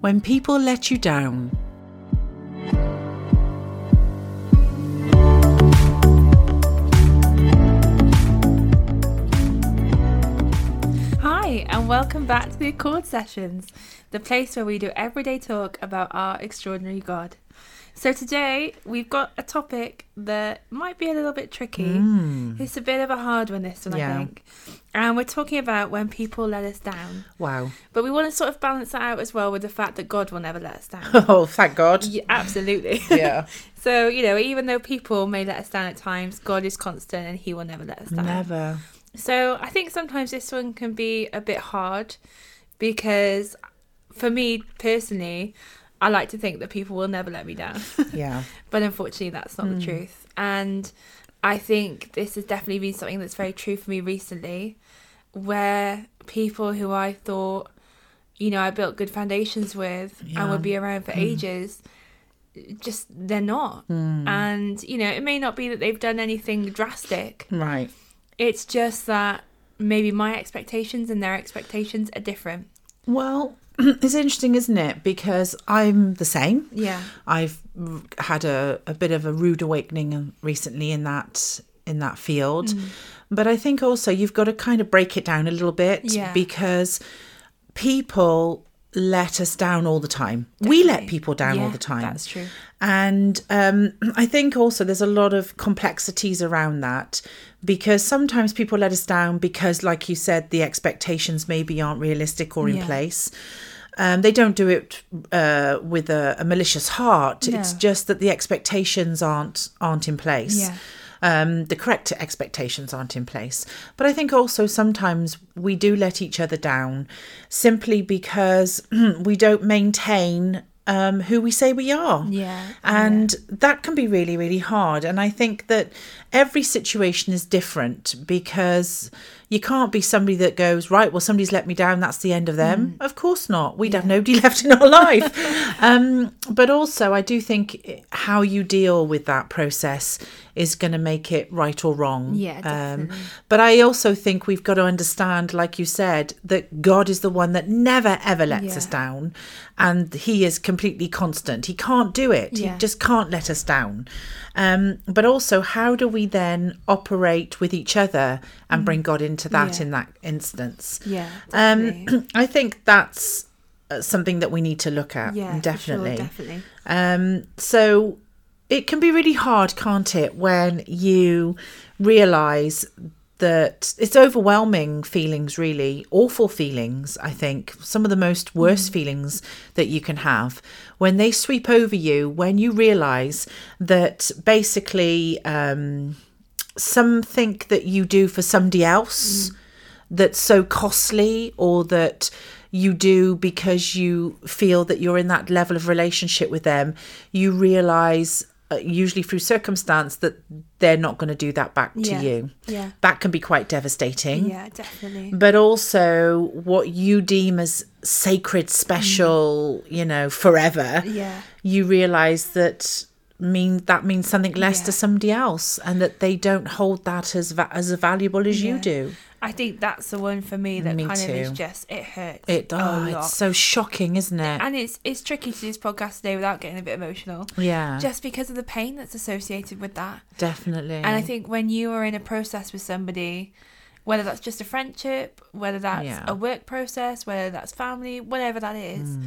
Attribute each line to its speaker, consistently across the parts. Speaker 1: When people let you down.
Speaker 2: Hi, and welcome back to the Accord Sessions, the place where we do everyday talk about our extraordinary God. So, today we've got a topic that might be a little bit tricky. It's a bit of a hard one, this one,
Speaker 1: Mm. Yeah.
Speaker 2: I think. And we're talking about when people let us down.
Speaker 1: Wow.
Speaker 2: But we want to sort of balance that out as well with the fact that God will never let us down.
Speaker 1: Oh, thank God.
Speaker 2: yeah, absolutely.
Speaker 1: Yeah.
Speaker 2: so, you know, even though people may let us down at times, God is constant and He will never let us down.
Speaker 1: Never.
Speaker 2: So I think sometimes this one can be a bit hard because for me personally, I like to think that people will never let me down.
Speaker 1: Yeah.
Speaker 2: but unfortunately, that's not the truth. And I think this has definitely been something that's very true for me recently where people who I thought, you know, I built good foundations with and
Speaker 1: Yeah.
Speaker 2: would be around for ages just they're not and you know it may not be that they've done anything drastic
Speaker 1: Right.
Speaker 2: it's just that maybe my expectations and their expectations are different.
Speaker 1: Well, it's interesting, isn't it? Because I'm the same.
Speaker 2: Yeah.
Speaker 1: I've r- had a, a bit of a rude awakening recently in that in that field. But I think also you've got to kind of break it down a little bit
Speaker 2: Yeah.
Speaker 1: because people let us down all the time. We let people down all
Speaker 2: Yeah,
Speaker 1: the time.
Speaker 2: that's true.
Speaker 1: And um, I think also there's a lot of complexities around that because sometimes people let us down because, like you said, the expectations maybe aren't realistic or in
Speaker 2: Yeah.
Speaker 1: place. Um, they don't do it uh, with a, a malicious heart. It's
Speaker 2: No.
Speaker 1: just that the expectations aren't aren't in place.
Speaker 2: Yeah.
Speaker 1: Um, the correct expectations aren't in place. But I think also sometimes we do let each other down simply because we don't maintain um, who we say we are.
Speaker 2: Yeah.
Speaker 1: And that can be really, really hard. And I think that every situation is different because you can't be somebody that goes, right, well, somebody's let me down, that's the end of them.
Speaker 2: Mm.
Speaker 1: Of course not. We'd have nobody left in our life. um, but also, I do think how you deal with that process is going to make it right or wrong.
Speaker 2: Yeah,
Speaker 1: Um, but I also think we've got to understand, like you said, that God is the one that never, ever lets us
Speaker 2: Yeah.
Speaker 1: down. And He is completely constant. He can't do it.
Speaker 2: Yeah.
Speaker 1: He just can't let us down. Um, but also, how do we then operate with each other and bring God into that
Speaker 2: Mm-hmm. Yeah.
Speaker 1: in that instance?
Speaker 2: Yeah.
Speaker 1: Um,
Speaker 2: definitely.
Speaker 1: I think that's uh, something that we need to look at.
Speaker 2: yeah. for sure,
Speaker 1: definitely.
Speaker 2: definitely.
Speaker 1: Um, so it can be really hard, can't it, when you realise that it's overwhelming feelings, really awful feelings. I think some of the most worst feelings that you can have when they sweep over you, when you realise that basically um, something that you do for somebody else that's so costly or that you do because you feel that you're in that level of relationship with them, you realize, uh, usually through circumstance, that they're not going to do that back to
Speaker 2: Yeah.
Speaker 1: you.
Speaker 2: Yeah.
Speaker 1: That can be quite devastating
Speaker 2: Yeah, definitely.
Speaker 1: but also what you deem as sacred, special, you know, forever.
Speaker 2: Mm. Yeah.
Speaker 1: You realize that mean that means something less
Speaker 2: Yeah.
Speaker 1: to somebody else, and that they don't hold that as va- as valuable as you
Speaker 2: Yeah.
Speaker 1: do.
Speaker 2: I think that's the one for me that
Speaker 1: Me
Speaker 2: kind of is
Speaker 1: too.
Speaker 2: just it hurts.
Speaker 1: It
Speaker 2: a
Speaker 1: oh,
Speaker 2: lot.
Speaker 1: it's so shocking, isn't it?
Speaker 2: and it's it's tricky to do this podcast today without getting a bit emotional.
Speaker 1: yeah,
Speaker 2: Just because of the pain that's associated with that.
Speaker 1: definitely.
Speaker 2: And I think when you are in a process with somebody, whether that's just a friendship, whether that's
Speaker 1: Yeah.
Speaker 2: a work process, whether that's family, whatever that is,
Speaker 1: Hmm.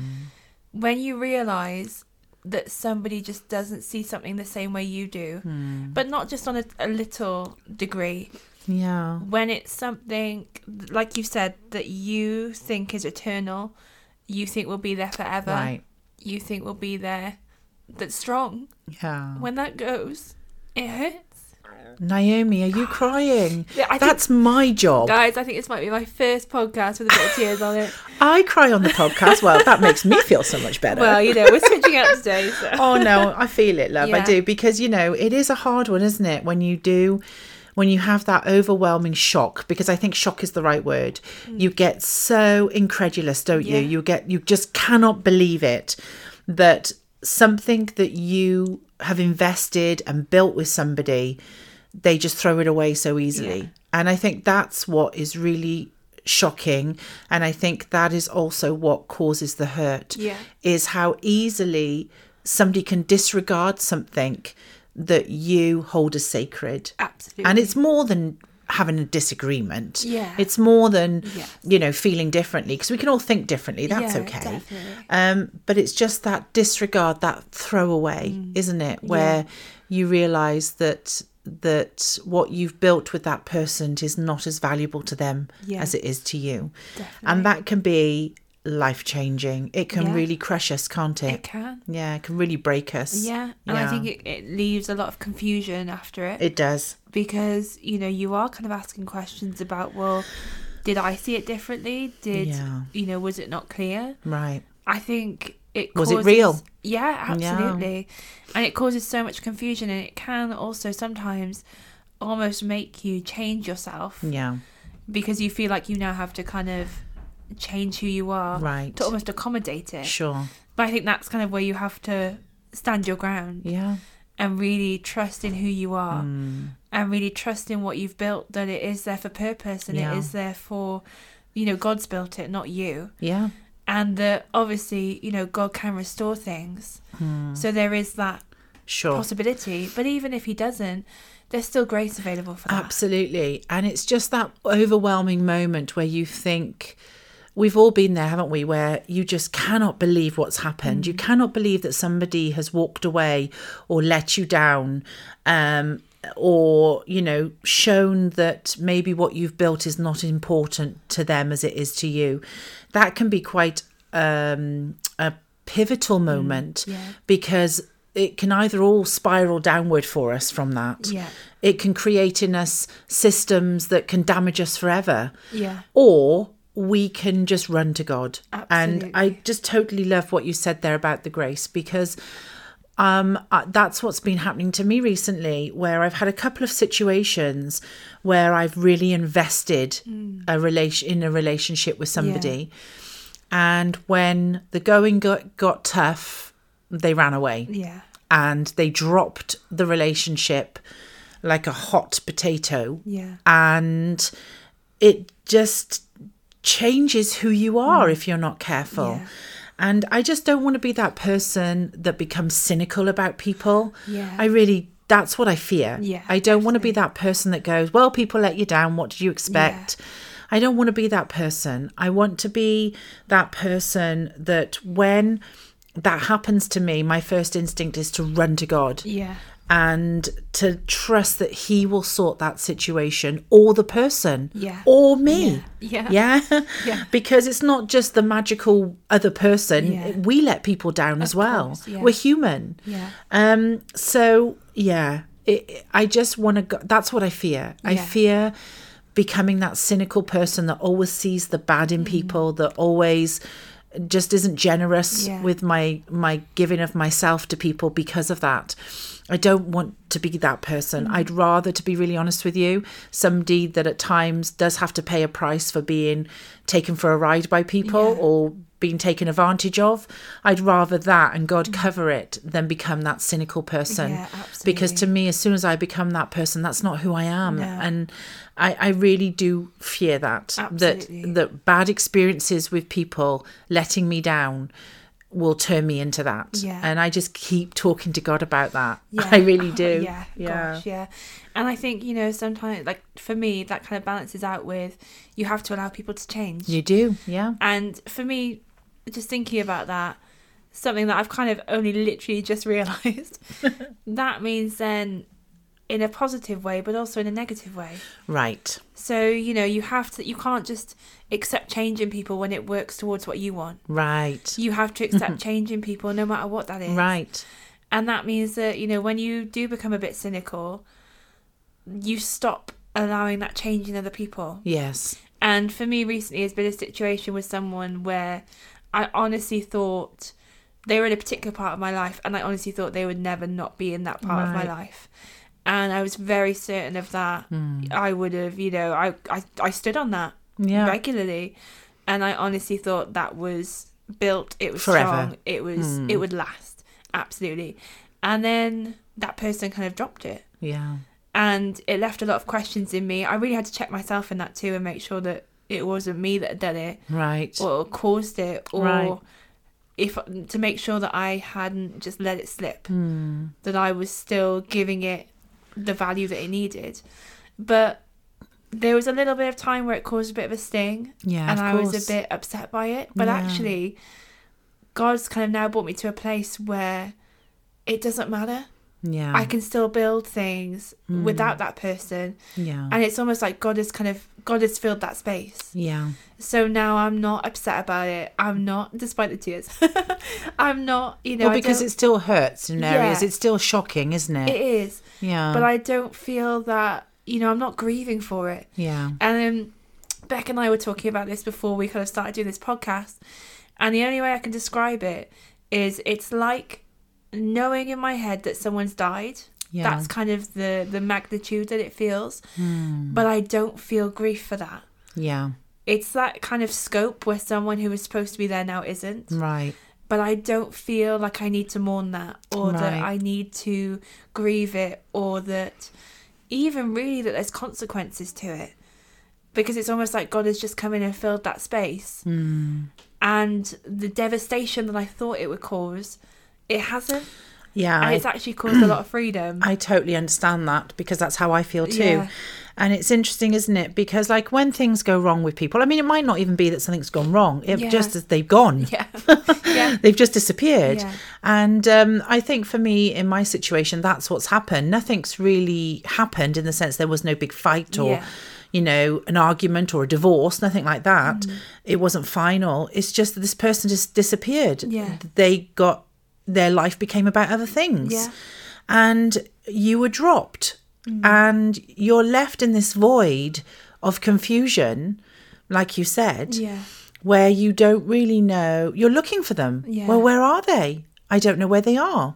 Speaker 2: when you realize that somebody just doesn't see something the same way you do,
Speaker 1: Hmm.
Speaker 2: but not just on a, a little degree,
Speaker 1: yeah,
Speaker 2: when it's something, like you said, that you think is eternal, you think will be there forever,
Speaker 1: right.
Speaker 2: you think will be there, that's strong.
Speaker 1: Yeah,
Speaker 2: When that goes, it hurts.
Speaker 1: Naomi, are you crying?
Speaker 2: Yeah, I think-
Speaker 1: That's my job.
Speaker 2: Guys, I think this might be my first podcast with a bit of tears on it.
Speaker 1: I cry on the podcast. Well, that makes me feel so much better.
Speaker 2: Well, you know, we're switching up today. So.
Speaker 1: oh no i feel it love i
Speaker 2: Yeah.
Speaker 1: do because you know it is a hard one isn't it when you do when you have that overwhelming shock because i think shock is the right word you get so incredulous don't
Speaker 2: Mm. Yeah.
Speaker 1: you you get you just cannot believe it that something that you have invested and built with somebody they just throw it away so easily and i think that's what is really shocking and i think that is also what causes the hurt
Speaker 2: Yeah.
Speaker 1: is how easily somebody can disregard something that you hold as sacred
Speaker 2: Absolutely.
Speaker 1: and it's more than having a disagreement
Speaker 2: Yeah.
Speaker 1: it's more than
Speaker 2: Yeah.
Speaker 1: you know feeling differently because we can all think differently that's
Speaker 2: Yeah,
Speaker 1: okay
Speaker 2: definitely.
Speaker 1: um but it's just that disregard that throwaway
Speaker 2: Mm.
Speaker 1: isn't it where you realize that that what you've built with that person is not as valuable to them
Speaker 2: Yeah.
Speaker 1: as it is to you
Speaker 2: Definitely.
Speaker 1: and that can be life changing it can
Speaker 2: Yeah.
Speaker 1: really crush us can't it,
Speaker 2: it can.
Speaker 1: yeah it can really break us
Speaker 2: Yeah. And I think it, it leaves a lot of confusion after it,
Speaker 1: it does
Speaker 2: because, you know, you are kind of asking questions about, well, did I see it differently? Did,
Speaker 1: Yeah.
Speaker 2: you know, was it not clear?
Speaker 1: right
Speaker 2: I think it
Speaker 1: Was it
Speaker 2: causes-
Speaker 1: real?
Speaker 2: Yeah,
Speaker 1: Yeah.
Speaker 2: absolutely. And it causes so much confusion, and it can also sometimes almost make you change yourself
Speaker 1: yeah
Speaker 2: because you feel like you now have to kind of change who you are
Speaker 1: Right.
Speaker 2: to almost accommodate it.
Speaker 1: sure
Speaker 2: But I think that's kind of where you have to stand your ground
Speaker 1: yeah
Speaker 2: and really trust in who you are
Speaker 1: Mm.
Speaker 2: and really trust in what you've built that it is there for purpose and
Speaker 1: Yeah.
Speaker 2: it is there for you know God's built it not you
Speaker 1: yeah
Speaker 2: and that obviously you know God can restore things
Speaker 1: Hmm.
Speaker 2: so there is that
Speaker 1: sure
Speaker 2: possibility but even if he doesn't there's still grace available for that
Speaker 1: Absolutely. And it's just that overwhelming moment where you think, we've all been there, haven't we? Where you just cannot believe what's happened.
Speaker 2: Mm.
Speaker 1: You cannot believe that somebody has walked away or let you down. Um, or you know shown that maybe what you've built is not important to them as it is to you that can be quite um a pivotal moment
Speaker 2: Mm, yeah.
Speaker 1: because it can either all spiral downward for us from that
Speaker 2: Yeah.
Speaker 1: it can create in us systems that can damage us forever.
Speaker 2: Yeah.
Speaker 1: Or we can just run to God. And I
Speaker 2: Absolutely.
Speaker 1: just totally love what you said there about the grace because um uh, that's what's been happening to me recently where I've had a couple of situations where I've really invested
Speaker 2: Mm.
Speaker 1: a relation in a relationship with somebody and when the going got, got tough they ran away
Speaker 2: yeah
Speaker 1: and they dropped the relationship like a hot potato
Speaker 2: yeah
Speaker 1: and it just changes who you are if you're not careful
Speaker 2: Mm. Yeah.
Speaker 1: and i just don't want to be that person that becomes cynical about people
Speaker 2: Yeah.
Speaker 1: i really that's what i fear
Speaker 2: Yeah,
Speaker 1: i don't want to be that person that goes well people let you down what did you expect i don't want to be that person i want to be that person that when that happens to me my first instinct is to run to god
Speaker 2: yeah
Speaker 1: and to trust that he will sort that situation or the person
Speaker 2: Yeah.
Speaker 1: or me
Speaker 2: Yeah.
Speaker 1: yeah,
Speaker 2: Yeah.
Speaker 1: because it's not just the magical other person
Speaker 2: Yeah.
Speaker 1: we let people down as well
Speaker 2: course, yeah.
Speaker 1: we're human
Speaker 2: Yeah.
Speaker 1: um so yeah it, i just want to go that's what i fear i
Speaker 2: Yeah.
Speaker 1: fear becoming that cynical person that always sees the bad
Speaker 2: Mm.
Speaker 1: in people that always just isn't generous
Speaker 2: Yeah.
Speaker 1: with my my giving of myself to people because of that i don't want to be that
Speaker 2: Mm.
Speaker 1: person i'd rather to be really honest with you somebody that at times does have to pay a price for being taken for a ride by people
Speaker 2: Yeah.
Speaker 1: or being taken advantage of i'd rather that and god cover it than become that cynical person
Speaker 2: Mm. Yeah,
Speaker 1: because to me as soon as i become that person that's not who i am
Speaker 2: No.
Speaker 1: and I, I really do fear that
Speaker 2: Absolutely.
Speaker 1: that that bad experiences with people letting me down will turn me into that
Speaker 2: Yeah.
Speaker 1: and i just keep talking to god about that
Speaker 2: Yeah. Oh,
Speaker 1: i really do
Speaker 2: Yeah, gosh, yeah. And I think, you know, sometimes, like, for me, that kind of balances out with you have to allow people to change.
Speaker 1: you do yeah
Speaker 2: And for me, just thinking about that, something that I've kind of only literally just realised, that means then in a positive way, but also in a negative way.
Speaker 1: right
Speaker 2: So, you know, you have to, you can't just accept change in people when it works towards what you want.
Speaker 1: right
Speaker 2: You have to accept change in people no matter what that is.
Speaker 1: right
Speaker 2: And that means that, you know, when you do become a bit cynical, you stop allowing that change in other people.
Speaker 1: yes
Speaker 2: And for me recently has been a situation with someone where I honestly thought they were in a particular part of my life and I honestly thought they would never not be in that part of my
Speaker 1: Right.
Speaker 2: life. And I was very certain of that. I would have, you know, I, I, I stood on that
Speaker 1: yeah
Speaker 2: regularly. And I honestly thought that was built, it was
Speaker 1: Forever. Hmm.
Speaker 2: strong, it was it would last. Absolutely. And then that person kind of dropped it
Speaker 1: yeah
Speaker 2: and it left a lot of questions in me. I really had to check myself in that too and make sure that it wasn't me that did it
Speaker 1: Right.
Speaker 2: or caused it or
Speaker 1: Right.
Speaker 2: if to make sure that I hadn't just let it slip
Speaker 1: Hmm.
Speaker 2: that I was still giving it the value that it needed but there was a little bit of time where it caused a bit of a sting
Speaker 1: yeah.
Speaker 2: and
Speaker 1: of
Speaker 2: I was
Speaker 1: course.
Speaker 2: a bit upset by it but
Speaker 1: Yeah.
Speaker 2: actually God's kind of now brought me to a place where it doesn't matter
Speaker 1: Yeah. Mm.
Speaker 2: I can still build things without that person
Speaker 1: yeah.
Speaker 2: and it's almost like God has kind of God has filled that space
Speaker 1: yeah.
Speaker 2: so now I'm not upset about it. I'm not, despite the tears, I'm not, you know,
Speaker 1: well,
Speaker 2: I
Speaker 1: because
Speaker 2: don't-
Speaker 1: it still hurts in areas.
Speaker 2: Yeah.
Speaker 1: It's still shocking, isn't it?
Speaker 2: it is,
Speaker 1: yeah.
Speaker 2: but I don't feel that, you know, I'm not grieving for it.
Speaker 1: yeah.
Speaker 2: And um, Beck and I were talking about this before we kind of started doing this podcast, and the only way I can describe it is it's like knowing in my head that someone's died.
Speaker 1: Yeah.
Speaker 2: That's kind of the the magnitude that it feels, but I don't feel grief for that.
Speaker 1: Yeah.
Speaker 2: It's that kind of scope where someone who was supposed to be there now isn't.
Speaker 1: Right.
Speaker 2: but I don't feel like I need to mourn that or that
Speaker 1: Right.
Speaker 2: I need to grieve it or that even really that there's consequences to it because it's almost like God has just come in and filled that space
Speaker 1: Hmm.
Speaker 2: and the devastation that I thought it would cause it hasn't
Speaker 1: Yeah.
Speaker 2: and
Speaker 1: I-
Speaker 2: it's actually caused a lot of freedom
Speaker 1: I totally understand that because that's how I feel too.
Speaker 2: Um, Yeah.
Speaker 1: And it's interesting, isn't it? Because like when things go wrong with people, I mean, it might not even be that something's gone wrong. It
Speaker 2: Yeah.
Speaker 1: just as they've gone,
Speaker 2: yeah yeah
Speaker 1: they've just disappeared.
Speaker 2: Yeah.
Speaker 1: And um, I think for me, in my situation, that's what's happened. Nothing's really happened in the sense there was no big fight or.
Speaker 2: Yeah.
Speaker 1: You know, an argument or a divorce, nothing like that.
Speaker 2: Mm.
Speaker 1: It wasn't final. It's just that this person just disappeared.
Speaker 2: Yeah.
Speaker 1: They got, their life became about other things
Speaker 2: Yeah. Mm.
Speaker 1: and you were dropped and you're left in this void of confusion like you said
Speaker 2: yeah
Speaker 1: where you don't really know you're looking for them
Speaker 2: Yeah.
Speaker 1: well where are they i don't know where they are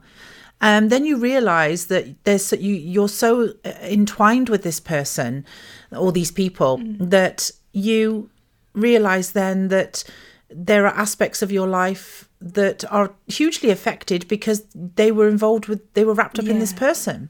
Speaker 1: and then you realize that there's so, you you're so uh, entwined with this person or these people
Speaker 2: Mm.
Speaker 1: that you realize then that there are aspects of your life that are hugely affected because they were involved with they were wrapped up in this
Speaker 2: Yeah.
Speaker 1: person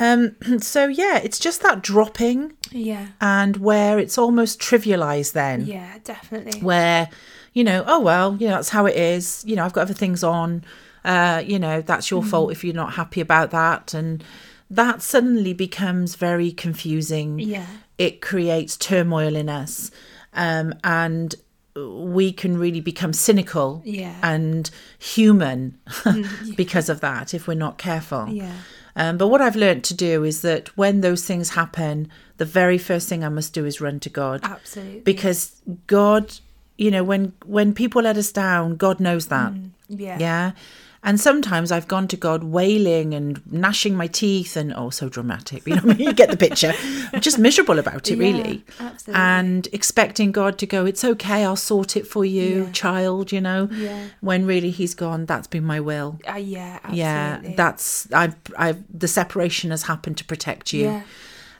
Speaker 1: um so yeah it's just that dropping
Speaker 2: yeah
Speaker 1: and where it's almost trivialized then
Speaker 2: yeah definitely
Speaker 1: where you know oh well you know that's how it is you know i've got other things on uh you know that's your
Speaker 2: Mm.
Speaker 1: fault if you're not happy about that and that suddenly becomes very confusing
Speaker 2: Yeah.
Speaker 1: it creates turmoil in us um and we can really become cynical
Speaker 2: Yeah. Mm,
Speaker 1: and human because of that if we're not careful
Speaker 2: yeah
Speaker 1: um, but what I've learnt to do is that when those things happen, the very first thing I must do is run to God
Speaker 2: absolutely
Speaker 1: because God, you know, when when people let us down, God knows that.
Speaker 2: Mm. yeah
Speaker 1: Yeah. And sometimes I've gone to God wailing and gnashing my teeth and oh, so dramatic. You know, what I mean? you get the picture. I'm just miserable about it,
Speaker 2: Yeah,
Speaker 1: really.
Speaker 2: absolutely.
Speaker 1: And expecting God to go, it's okay, I'll sort it for you,
Speaker 2: Yeah.
Speaker 1: child. You know,
Speaker 2: Yeah.
Speaker 1: when really He's gone. That's been my will.
Speaker 2: Uh, yeah absolutely.
Speaker 1: Yeah, that's I've I've the separation has happened to protect you,
Speaker 2: Yeah.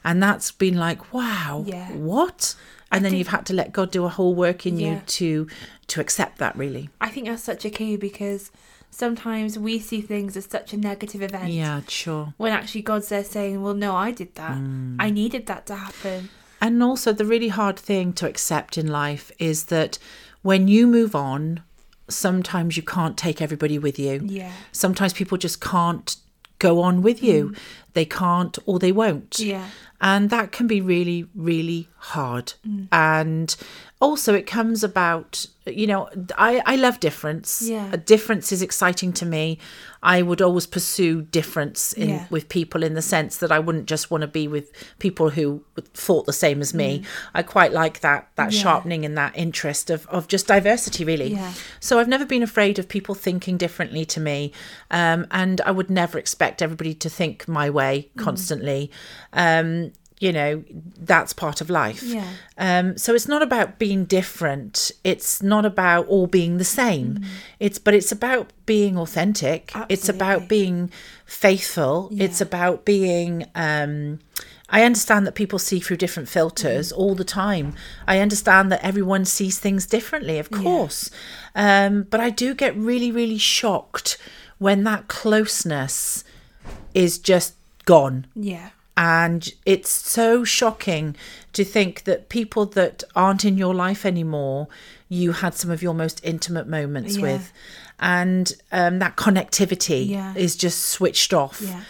Speaker 1: and that's been like wow,
Speaker 2: Yeah.
Speaker 1: what? And then you've had to let God do a whole work in you
Speaker 2: Yeah.
Speaker 1: to to accept that, really.
Speaker 2: I think that's such a key because sometimes we see things as such a negative event
Speaker 1: Yeah, sure.
Speaker 2: when actually God's there saying, Well, no, I did that.
Speaker 1: Mm.
Speaker 2: I needed that to happen.
Speaker 1: And also, the really hard thing to accept in life is that when you move on, sometimes you can't take everybody with you.
Speaker 2: Yeah.
Speaker 1: Sometimes people just can't go on with you. They can't or they won't.
Speaker 2: Mm. Yeah.
Speaker 1: And that can be really, really hard.
Speaker 2: Mm.
Speaker 1: And also, it comes about, you know, I, I love difference.
Speaker 2: Yeah.
Speaker 1: A difference is exciting to me. I would always pursue difference in
Speaker 2: Yeah.
Speaker 1: with people in the sense that I wouldn't just want to be with people who thought the same as me. I quite like that that
Speaker 2: Mm. Yeah.
Speaker 1: sharpening and that interest of, of just diversity, really.
Speaker 2: Yeah.
Speaker 1: So I've never been afraid of people thinking differently to me. Um, and I would never expect everybody to think my way
Speaker 2: Mm.
Speaker 1: constantly. Um, you know, that's part of life.
Speaker 2: Yeah.
Speaker 1: Um, so it's not about being different. It's not about all being the same. It's but it's about being authentic. It's about being faithful. It's about being um I understand that people see through different filters all the time. I understand that everyone sees things differently, of course. Um, but I do get really, really shocked when that closeness is just gone
Speaker 2: Yeah.
Speaker 1: And it's so shocking to think that people that aren't in your life anymore, you had some of your most intimate moments
Speaker 2: Yeah.
Speaker 1: with. And um, that connectivity
Speaker 2: Yeah.
Speaker 1: is just switched off.
Speaker 2: Yeah.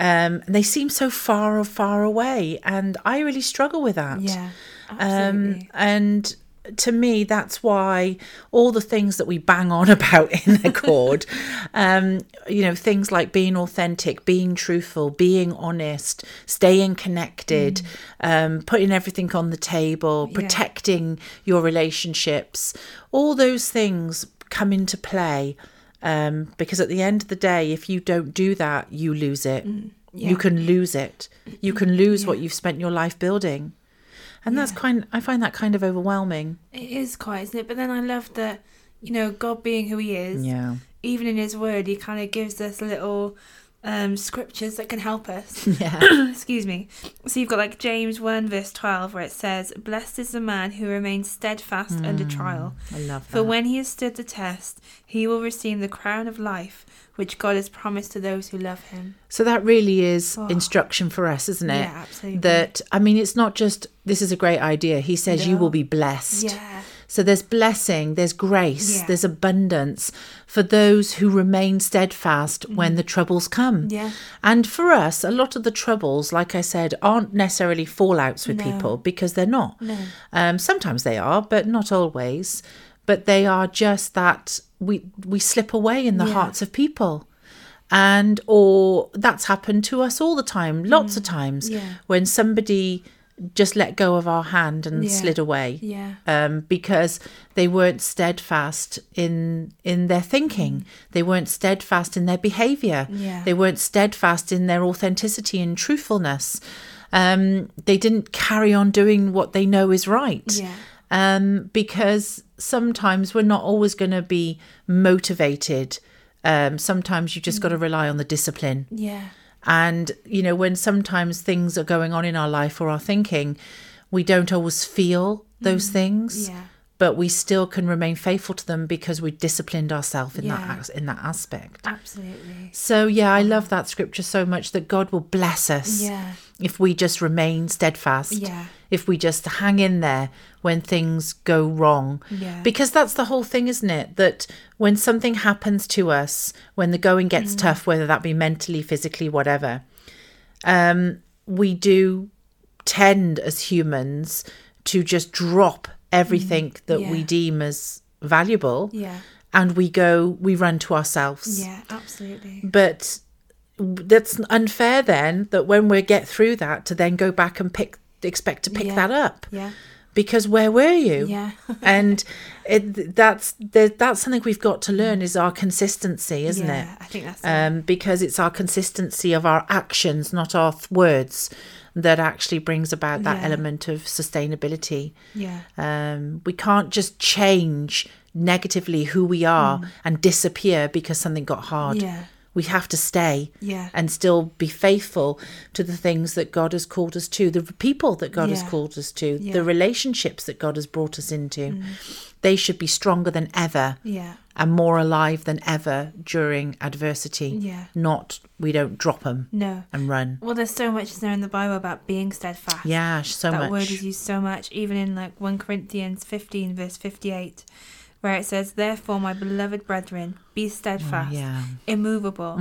Speaker 1: Um, and they seem so far, far away. And I really struggle with that.
Speaker 2: Yeah. Absolutely.
Speaker 1: Um, and to me, that's why all the things that we bang on about in the chord, um, you know, things like being authentic, being truthful, being honest, staying connected,
Speaker 2: Mm.
Speaker 1: um, putting everything on the table, protecting your relationships, all those things come into play. Um, because at the end of the day, if you don't do that, you lose it.
Speaker 2: Mm. yeah.
Speaker 1: You can lose it. You can lose what you've spent your life building and that's kind i find that kind of overwhelming
Speaker 2: It is quite, isn't it? But then I love that, you know, God being who He is,
Speaker 1: yeah
Speaker 2: even in His Word, He kind of gives us little um, scriptures that can help us.
Speaker 1: yeah
Speaker 2: Excuse me. So you've got like James 1, verse 12, where it says, Blessed is the man who remains steadfast under
Speaker 1: Mm.
Speaker 2: trial.
Speaker 1: i love
Speaker 2: For
Speaker 1: that
Speaker 2: when he has stood the test, he will receive the crown of life which God has promised to those who love him.
Speaker 1: so that really is
Speaker 2: Oh.
Speaker 1: instruction for us isn't it
Speaker 2: Yeah, absolutely.
Speaker 1: that i mean it's not just this is a great idea he says you
Speaker 2: No.
Speaker 1: will be blessed
Speaker 2: Yeah.
Speaker 1: so there's blessing there's grace
Speaker 2: Yeah.
Speaker 1: there's abundance for those who remain steadfast when the troubles come
Speaker 2: Mm-hmm. Yeah.
Speaker 1: and for us a lot of the troubles like i said aren't necessarily fallouts with
Speaker 2: No.
Speaker 1: people because they're not
Speaker 2: No.
Speaker 1: Um, sometimes they are, but not always. But they are just that we we slip away in the
Speaker 2: Yeah.
Speaker 1: hearts of people, and or that's happened to us all the time, lots of times
Speaker 2: Mm. Yeah.
Speaker 1: when somebody just let go of our hand and
Speaker 2: Yeah.
Speaker 1: slid away
Speaker 2: Yeah.
Speaker 1: um, because they weren't steadfast in in their thinking. They weren't steadfast in their behaviour.
Speaker 2: Mm. Yeah.
Speaker 1: They weren't steadfast in their authenticity and truthfulness. Um, they didn't carry on doing what they know is right.
Speaker 2: Yeah.
Speaker 1: Um, because sometimes we're not always going to be motivated. Um, sometimes you
Speaker 2: Mm.
Speaker 1: just got to rely on the discipline.
Speaker 2: Yeah.
Speaker 1: And, you know, when sometimes things are going on in our life or our thinking, we don't always feel those things,
Speaker 2: Mm. Yeah.
Speaker 1: but we still can remain faithful to them because we disciplined ourselves in that
Speaker 2: Yeah.
Speaker 1: that in that aspect.
Speaker 2: Absolutely.
Speaker 1: So yeah, I love that scripture so much that God will bless us
Speaker 2: Yeah.
Speaker 1: if we just remain steadfast.
Speaker 2: Yeah.
Speaker 1: If we just hang in there when things go wrong.
Speaker 2: Yeah.
Speaker 1: Because that's the whole thing, isn't it? That when something happens to us, when the going gets
Speaker 2: Mm.
Speaker 1: tough, whether that be mentally, physically, whatever, um, we do tend as humans to just drop everything that we
Speaker 2: Mm. Yeah.
Speaker 1: deem as valuable
Speaker 2: Yeah.
Speaker 1: and we go, we run to ourselves.
Speaker 2: Yeah. Absolutely.
Speaker 1: But that's unfair then that when we get through that to then go back and pick expect to pick
Speaker 2: Yeah.
Speaker 1: that up
Speaker 2: Yeah.
Speaker 1: because where were you
Speaker 2: Yeah.
Speaker 1: and it, that's there, that's something we've got to learn is our consistency isn't
Speaker 2: yeah.
Speaker 1: it
Speaker 2: I think that's
Speaker 1: um, because it's our consistency of our actions not our th- words that actually brings about that
Speaker 2: Yeah.
Speaker 1: element of sustainability
Speaker 2: yeah.
Speaker 1: um, we can't just change negatively who we are and disappear because something got hard
Speaker 2: Mm. Yeah.
Speaker 1: we have to stay
Speaker 2: Yeah.
Speaker 1: and still be faithful to the things that God has called us to, the people that God has
Speaker 2: Yeah.
Speaker 1: called us to,
Speaker 2: Yeah. Mm.
Speaker 1: the relationships that God has brought us into. They should be stronger than ever
Speaker 2: Yeah.
Speaker 1: and more alive than ever during adversity.
Speaker 2: Yeah.
Speaker 1: Not we don't drop them
Speaker 2: No.
Speaker 1: and run.
Speaker 2: Well, there's so much is there in the Bible about being steadfast.
Speaker 1: Yeah, so
Speaker 2: that word
Speaker 1: much.
Speaker 2: is used so much, even in like 1 Corinthians 15, verse 58, where it says, Therefore, my beloved brethren, be steadfast,
Speaker 1: Oh, yeah.
Speaker 2: immovable,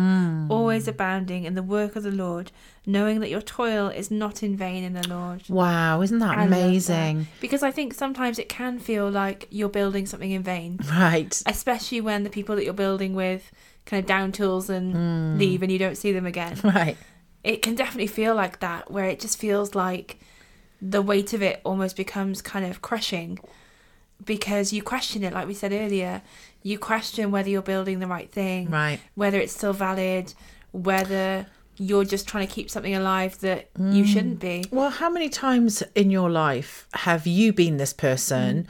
Speaker 2: always abounding in the work of the Lord, knowing that your toil is not in vain in the Lord.
Speaker 1: Wow, isn't that
Speaker 2: I love that.
Speaker 1: amazing?
Speaker 2: Because I think sometimes it can feel like you're building something in vain,
Speaker 1: Right.
Speaker 2: especially when the people that you're building with kind of down tools and leave and you don't see them again.
Speaker 1: Right.
Speaker 2: it can definitely feel like that where it just feels like the weight of it almost becomes kind of crushing because you question it like we said earlier you question whether you're building the right thing
Speaker 1: Right.
Speaker 2: whether it's still valid whether you're just trying to keep something alive that you
Speaker 1: Mm.
Speaker 2: shouldn't be
Speaker 1: Well, how many times in your life have you been this person,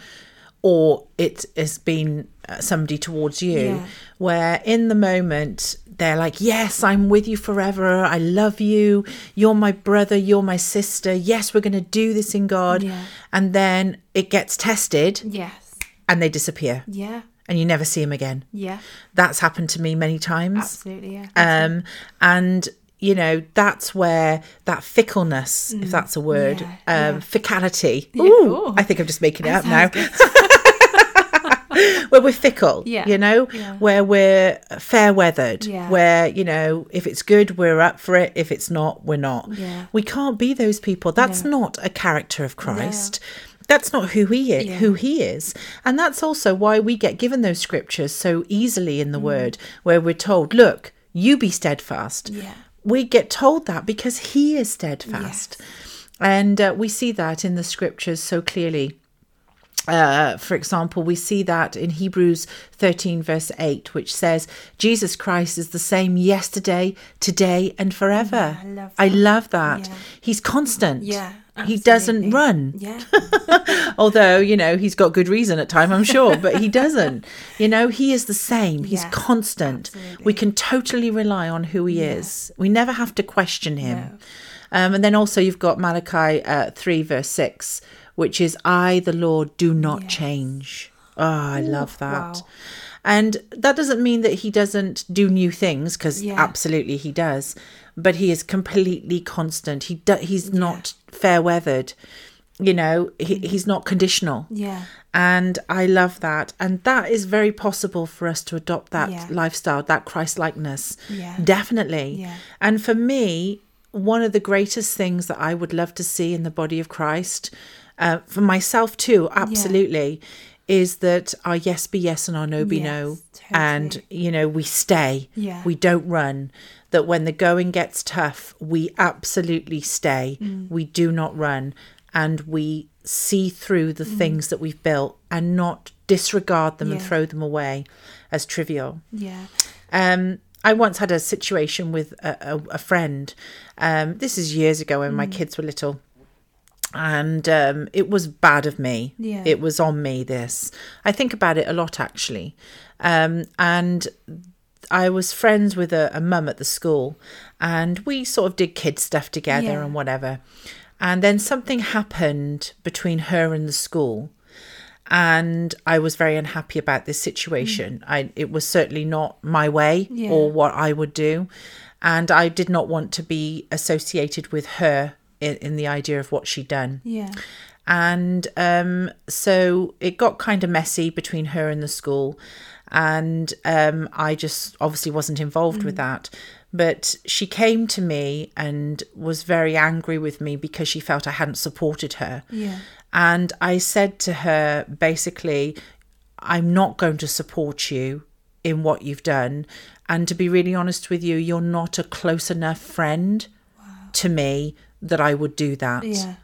Speaker 1: or it has been uh, somebody towards you,
Speaker 2: Yeah.
Speaker 1: where in the moment they're like, Yes, I'm with you forever. I love you. You're my brother. You're my sister. Yes, we're going to do this in God.
Speaker 2: Yeah.
Speaker 1: And then it gets tested
Speaker 2: yes
Speaker 1: and they disappear
Speaker 2: yeah
Speaker 1: and you never see them again.
Speaker 2: yeah
Speaker 1: That's happened to me many times
Speaker 2: absolutely yeah
Speaker 1: um, and you know, that's where that fickleness, if that's a word,
Speaker 2: Mm. yeah,
Speaker 1: um,
Speaker 2: yeah.
Speaker 1: fickleity.
Speaker 2: Yeah,
Speaker 1: Ooh,
Speaker 2: ooh.
Speaker 1: I think I'm just making it
Speaker 2: That
Speaker 1: up now.
Speaker 2: sounds
Speaker 1: where we're fickle,
Speaker 2: Yeah,
Speaker 1: you know,
Speaker 2: yeah.
Speaker 1: where we're fair weathered,
Speaker 2: Yeah.
Speaker 1: where, you know, if it's good, we're up for it. If it's not, we're not.
Speaker 2: Yeah.
Speaker 1: We can't be those people. That's not a character of Christ. That's not who he is,
Speaker 2: Yeah.
Speaker 1: who he is. And that's also why we get given those scriptures so easily in the
Speaker 2: Mm.
Speaker 1: word where we're told, look, you be steadfast.
Speaker 2: Yeah.
Speaker 1: We get told that because he is steadfast. And uh, we see that in the scriptures so clearly. Uh, for example, we see that in Hebrews 13, verse 8, which says, Jesus Christ is the same yesterday, today, and forever.
Speaker 2: Mm,
Speaker 1: I
Speaker 2: I love that.
Speaker 1: love that.
Speaker 2: Yeah.
Speaker 1: He's constant.
Speaker 2: Yeah.
Speaker 1: He doesn't
Speaker 2: absolutely.
Speaker 1: run,
Speaker 2: Yeah.
Speaker 1: although, you know, he's got good reason at time, I'm sure, but he doesn't. You know, he is the same. He's
Speaker 2: Yeah,
Speaker 1: constant. We
Speaker 2: absolutely.
Speaker 1: can totally rely on who he is. We never have to question him.
Speaker 2: No.
Speaker 1: Um, and then also you've got Malachi uh, 3, verse 6, which is, I, the Lord, do not
Speaker 2: Yes.
Speaker 1: change. Oh, I love that.
Speaker 2: wow.
Speaker 1: And that doesn't mean that he doesn't do new things, because
Speaker 2: Yeah.
Speaker 1: absolutely he does. But he is completely constant. He do- He's not fair weathered. You know, he, he's not conditional.
Speaker 2: Mm. Yeah.
Speaker 1: And I love that. And that is very possible for us to adopt that
Speaker 2: Yeah.
Speaker 1: lifestyle, that Christ likeness.
Speaker 2: Yeah.
Speaker 1: Definitely.
Speaker 2: Yeah.
Speaker 1: And for me, one of the greatest things that I would love to see in the body of Christ, uh, for myself too, absolutely, is that our yes be yes and our no be no.
Speaker 2: Yes, totally.
Speaker 1: And, you know, we stay,
Speaker 2: Yeah.
Speaker 1: we don't run. That when the going gets tough, we absolutely stay, we do not run, and we see through the things that we've built and not disregard them and
Speaker 2: Yeah.
Speaker 1: throw them away as trivial.
Speaker 2: Yeah.
Speaker 1: Um, I once had a situation with a, a, a friend. Um, this is years ago when
Speaker 2: Hmm.
Speaker 1: my kids were little. And um, it was bad of me.
Speaker 2: Yeah.
Speaker 1: It was on me, this. I think about it a lot, actually. Um, and I was friends with a, a mum at the school, and we sort of did kid stuff together
Speaker 2: Yeah.
Speaker 1: and whatever. And then something happened between her and the school and I was very unhappy about this situation. I it was certainly not my way
Speaker 2: Yeah.
Speaker 1: or what I would do, and I did not want to be associated with her in, in the idea of what she'd done.
Speaker 2: Yeah.
Speaker 1: And um, so it got kind of messy between her and the school, and um, I just obviously wasn't involved with that. But she came to me and was very angry with me because she felt I hadn't supported her.
Speaker 2: Yeah.
Speaker 1: And I said to her, basically, I'm not going to support you in what you've done. And to be really honest with you, you're not a close enough friend to me that I would do that.
Speaker 2: Yeah.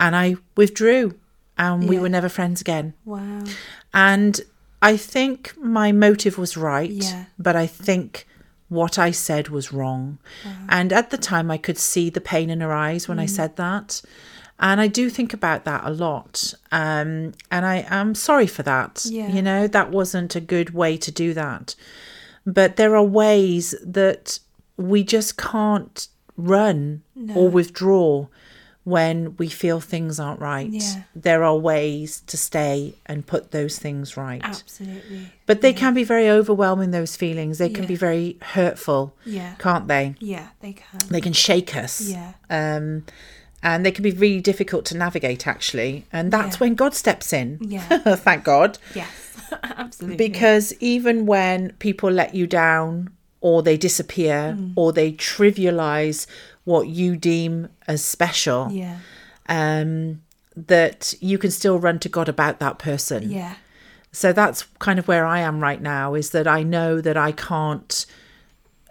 Speaker 1: And I withdrew and we
Speaker 2: Yeah.
Speaker 1: were never friends again.
Speaker 2: Wow.
Speaker 1: And I think my motive was right,
Speaker 2: Yeah.
Speaker 1: but I think what I said was wrong.
Speaker 2: Uh-huh.
Speaker 1: And at the time, I could see the pain in her eyes
Speaker 2: Mm-hmm.
Speaker 1: when I said that. And I do think about that a lot. Um, and I am sorry for that.
Speaker 2: Yeah.
Speaker 1: You know, that wasn't a good way to do that. But there are ways that we just can't run or withdraw when we feel things aren't right
Speaker 2: Yeah.
Speaker 1: there are ways to stay and put those things right.
Speaker 2: Absolutely.
Speaker 1: But they can be very overwhelming, those feelings. They can
Speaker 2: Yeah.
Speaker 1: be very hurtful,
Speaker 2: Yeah.
Speaker 1: can't they?
Speaker 2: Yeah. They can.
Speaker 1: They can shake us.
Speaker 2: Yeah.
Speaker 1: Um, and they can be really difficult to navigate, actually. And that's
Speaker 2: Yeah.
Speaker 1: when God steps in.
Speaker 2: Yeah.
Speaker 1: Thank God.
Speaker 2: Yes. Absolutely.
Speaker 1: Because even when people let you down or they disappear
Speaker 2: Mm.
Speaker 1: or they trivialize what you deem as special,
Speaker 2: Yeah.
Speaker 1: um, that you can still run to God about that person.
Speaker 2: Yeah.
Speaker 1: so that's kind of where I am right now is that I know that I can't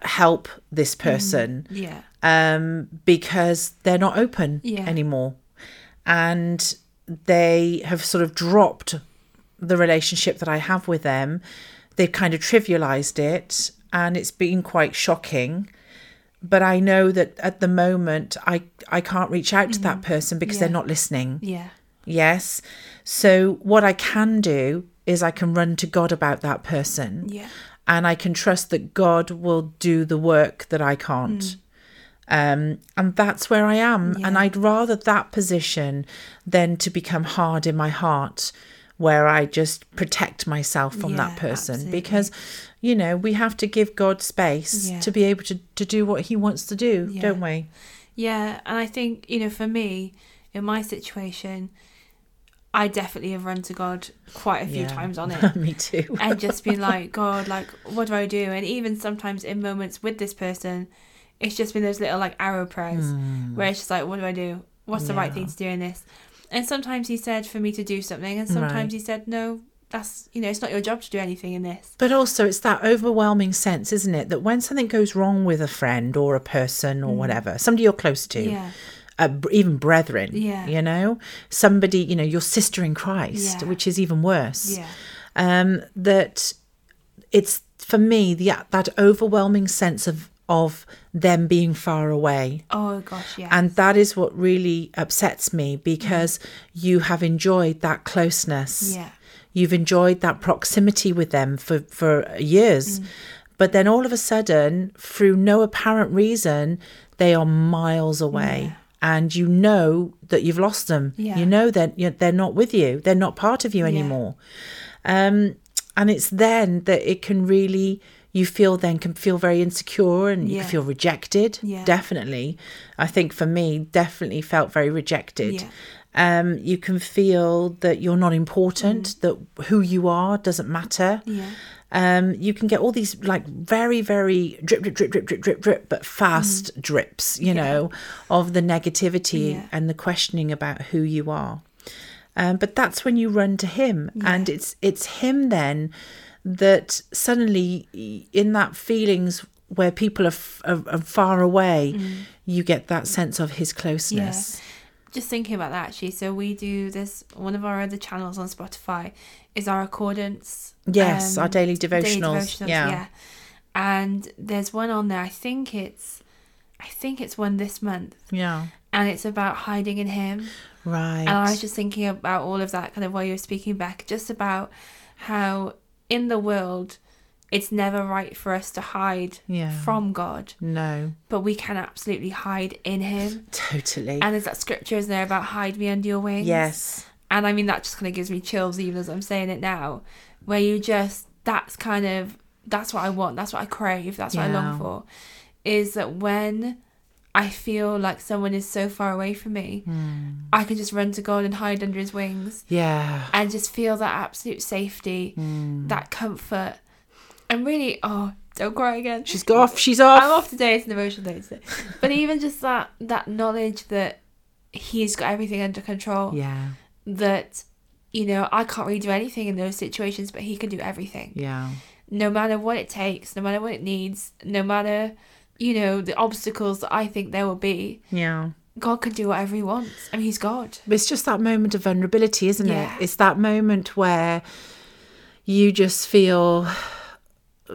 Speaker 1: help this
Speaker 2: Mm.
Speaker 1: person
Speaker 2: Yeah.
Speaker 1: um, because they're not open
Speaker 2: Yeah.
Speaker 1: anymore. And they have sort of dropped the relationship that I have with them. They've kind of trivialized it and it's been quite shocking. But I know that at the moment I, I can't reach out to that person because they're
Speaker 2: Mm. Yeah.
Speaker 1: not listening.
Speaker 2: Yeah.
Speaker 1: Yes. So, what I can do is I can run to God about that person
Speaker 2: Yeah.
Speaker 1: and I can trust that God will do the work that I can't.
Speaker 2: Mm.
Speaker 1: Um, and that's where I am. And I'd rather that position than to become hard in my heart where I just protect myself from that
Speaker 2: Yeah,
Speaker 1: person
Speaker 2: absolutely.
Speaker 1: because you know, we have to give God space
Speaker 2: Yeah.
Speaker 1: to be able to, to do what he wants to do,
Speaker 2: Yeah.
Speaker 1: don't we?
Speaker 2: Yeah, and I think, you know, for me, in my situation, I definitely have run to God quite a few
Speaker 1: Yeah.
Speaker 2: times on it.
Speaker 1: Me too.
Speaker 2: and just been like, God, like, what do I do? And even sometimes in moments with this person, it's just been those little like arrow prayers where it's just like, what do I do? What's the right
Speaker 1: Hmm. Yeah.
Speaker 2: thing to do in this? And sometimes he said for me to do something, and sometimes
Speaker 1: Right.
Speaker 2: he said, no, that's, you know, it's not your job to do anything in this.
Speaker 1: But also, it's that overwhelming sense, isn't it, that when something goes wrong with a friend or a person or whatever, somebody you're close to,
Speaker 2: Mm. Yeah.
Speaker 1: uh, br- even brethren,
Speaker 2: Yeah.
Speaker 1: you know, somebody, you know, your sister in Christ,
Speaker 2: Yeah.
Speaker 1: which is even worse,
Speaker 2: Yeah.
Speaker 1: um, that it's for me the that overwhelming sense of of them being far away.
Speaker 2: Oh, gosh, yeah.
Speaker 1: And that is what really upsets me because you have enjoyed that closeness.
Speaker 2: Yeah.
Speaker 1: You've enjoyed that proximity with them for, for
Speaker 2: Mm.
Speaker 1: years. But then all of a sudden, through no apparent reason, they are miles away. And you know that you've lost them.
Speaker 2: Yeah.
Speaker 1: You know that you they're not with you. They're not part of you anymore. Um, and it's then that it can really, you feel then can feel very insecure and you
Speaker 2: Yeah.
Speaker 1: can feel rejected.
Speaker 2: Yeah.
Speaker 1: Definitely. I think for me, definitely felt very rejected.
Speaker 2: Yeah.
Speaker 1: Um, you can feel that you're not important, that who you are doesn't matter.
Speaker 2: Yeah.
Speaker 1: Um, you can get all these like very, very drip, drip, drip, drip, drip, drip, drip, but fast drips, you know, of the negativity
Speaker 2: Yeah.
Speaker 1: and the questioning about who you are. Um, but that's when you run to him, and it's it's him then that suddenly in that feelings where people are, f- are, are far away, you get that sense of his closeness.
Speaker 2: just thinking about that actually so we do this one of our other channels on spotify is our accordance
Speaker 1: Yes,
Speaker 2: um,
Speaker 1: our daily
Speaker 2: daily
Speaker 1: devotionals.
Speaker 2: devotionals,
Speaker 1: yeah.
Speaker 2: and there's one on there i think it's i think it's one this month
Speaker 1: yeah,
Speaker 2: and it's about hiding in him
Speaker 1: right.
Speaker 2: and I was just thinking about all of that kind of while you were speaking back, just about how in the world it's never right for us to hide
Speaker 1: Yeah.
Speaker 2: from God,
Speaker 1: no,
Speaker 2: but we can absolutely hide in Him.
Speaker 1: totally.
Speaker 2: And there's that scripture, isn't there, about hide me under your wings?
Speaker 1: yes.
Speaker 2: And I mean, that just kind of gives me chills even as I'm saying it now, where you just, that's kind of, that's what I want, that's what I crave, that's what I long
Speaker 1: Yeah.
Speaker 2: for, is that when I feel like someone is so far away from me, I can just run to God and hide under his wings
Speaker 1: Yeah.
Speaker 2: and just feel that absolute safety, that comfort. And really, oh, don't cry again.
Speaker 1: She's go off. She's off.
Speaker 2: I'm off today. It's an emotional day today. But even just that that knowledge that he's got everything under control.
Speaker 1: Yeah.
Speaker 2: That you know I can't really do anything in those situations, but he can do everything.
Speaker 1: Yeah.
Speaker 2: No matter what it takes, no matter what it needs, no matter you know the obstacles that I think there will be.
Speaker 1: Yeah.
Speaker 2: God can do whatever he wants. I mean, he's God.
Speaker 1: But It's just that moment of vulnerability, isn't
Speaker 2: Yeah.
Speaker 1: it? It's that moment where you just feel.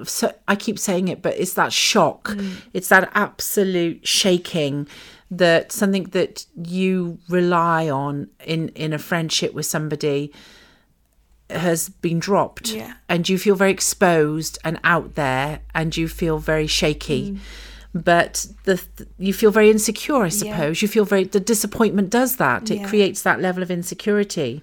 Speaker 1: So I keep saying it, but it's that shock.
Speaker 2: Mm.
Speaker 1: It's that absolute shaking that something that you rely on in in a friendship with somebody has been dropped
Speaker 2: Yeah.
Speaker 1: and you feel very exposed and out there and you feel very
Speaker 2: Mm.
Speaker 1: shaky but the th- you feel very insecure i suppose you feel very the disappointment does that it
Speaker 2: Yeah.
Speaker 1: creates that level of insecurity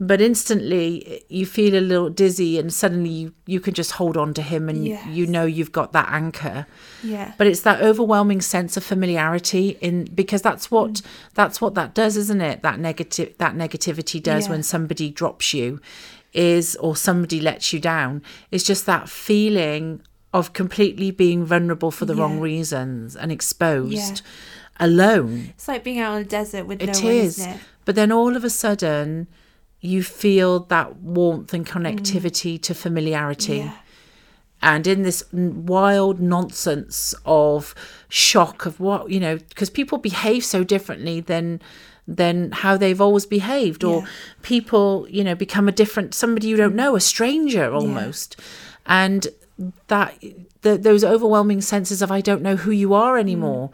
Speaker 1: but instantly you feel a little dizzy and suddenly you, you can just hold on to him and
Speaker 2: Yes.
Speaker 1: you know you've got that anchor
Speaker 2: Yeah.
Speaker 1: but it's that overwhelming sense of familiarity in because that's what
Speaker 2: Mm.
Speaker 1: that's what that does isn't it that negative that negativity does
Speaker 2: Yeah.
Speaker 1: when somebody drops you is or somebody lets you down it's just that feeling of completely being vulnerable for the wrong
Speaker 2: Yeah.
Speaker 1: reasons and exposed alone
Speaker 2: It's like being out on a desert with no
Speaker 1: It
Speaker 2: one,
Speaker 1: is,
Speaker 2: isn't it?
Speaker 1: but then all of a sudden you feel that warmth and connectivity to familiarity
Speaker 2: Mm. Yeah.
Speaker 1: and in this n- wild nonsense of shock of what you know because people behave so differently than than how they've always behaved or
Speaker 2: Yeah. Mm.
Speaker 1: people you know become a different somebody you don't know a stranger almost and that th those overwhelming senses of i don't know who you are
Speaker 2: Mm.
Speaker 1: anymore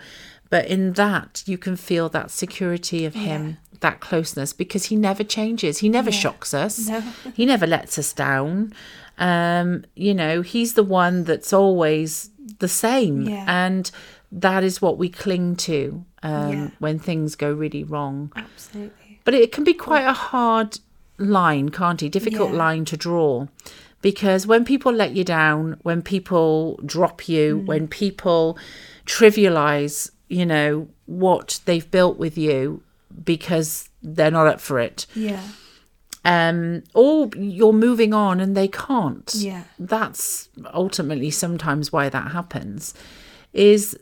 Speaker 1: but in that you can feel that security of him that closeness because he never changes he never shocks us
Speaker 2: No.
Speaker 1: he never lets us down um you know he's the one that's always the same
Speaker 2: Yeah.
Speaker 1: and that is what we cling to um
Speaker 2: Yeah.
Speaker 1: when things go really wrong
Speaker 2: Absolutely.
Speaker 1: but it can be quite a hard line can't it difficult
Speaker 2: Yeah.
Speaker 1: line to draw because when people let you down, when people drop you, when people trivialize, you know, what they've built with you because they're not up for it,
Speaker 2: Yeah.
Speaker 1: um, or you're moving on and they can't.
Speaker 2: Yeah.
Speaker 1: That's ultimately sometimes why that happens. Is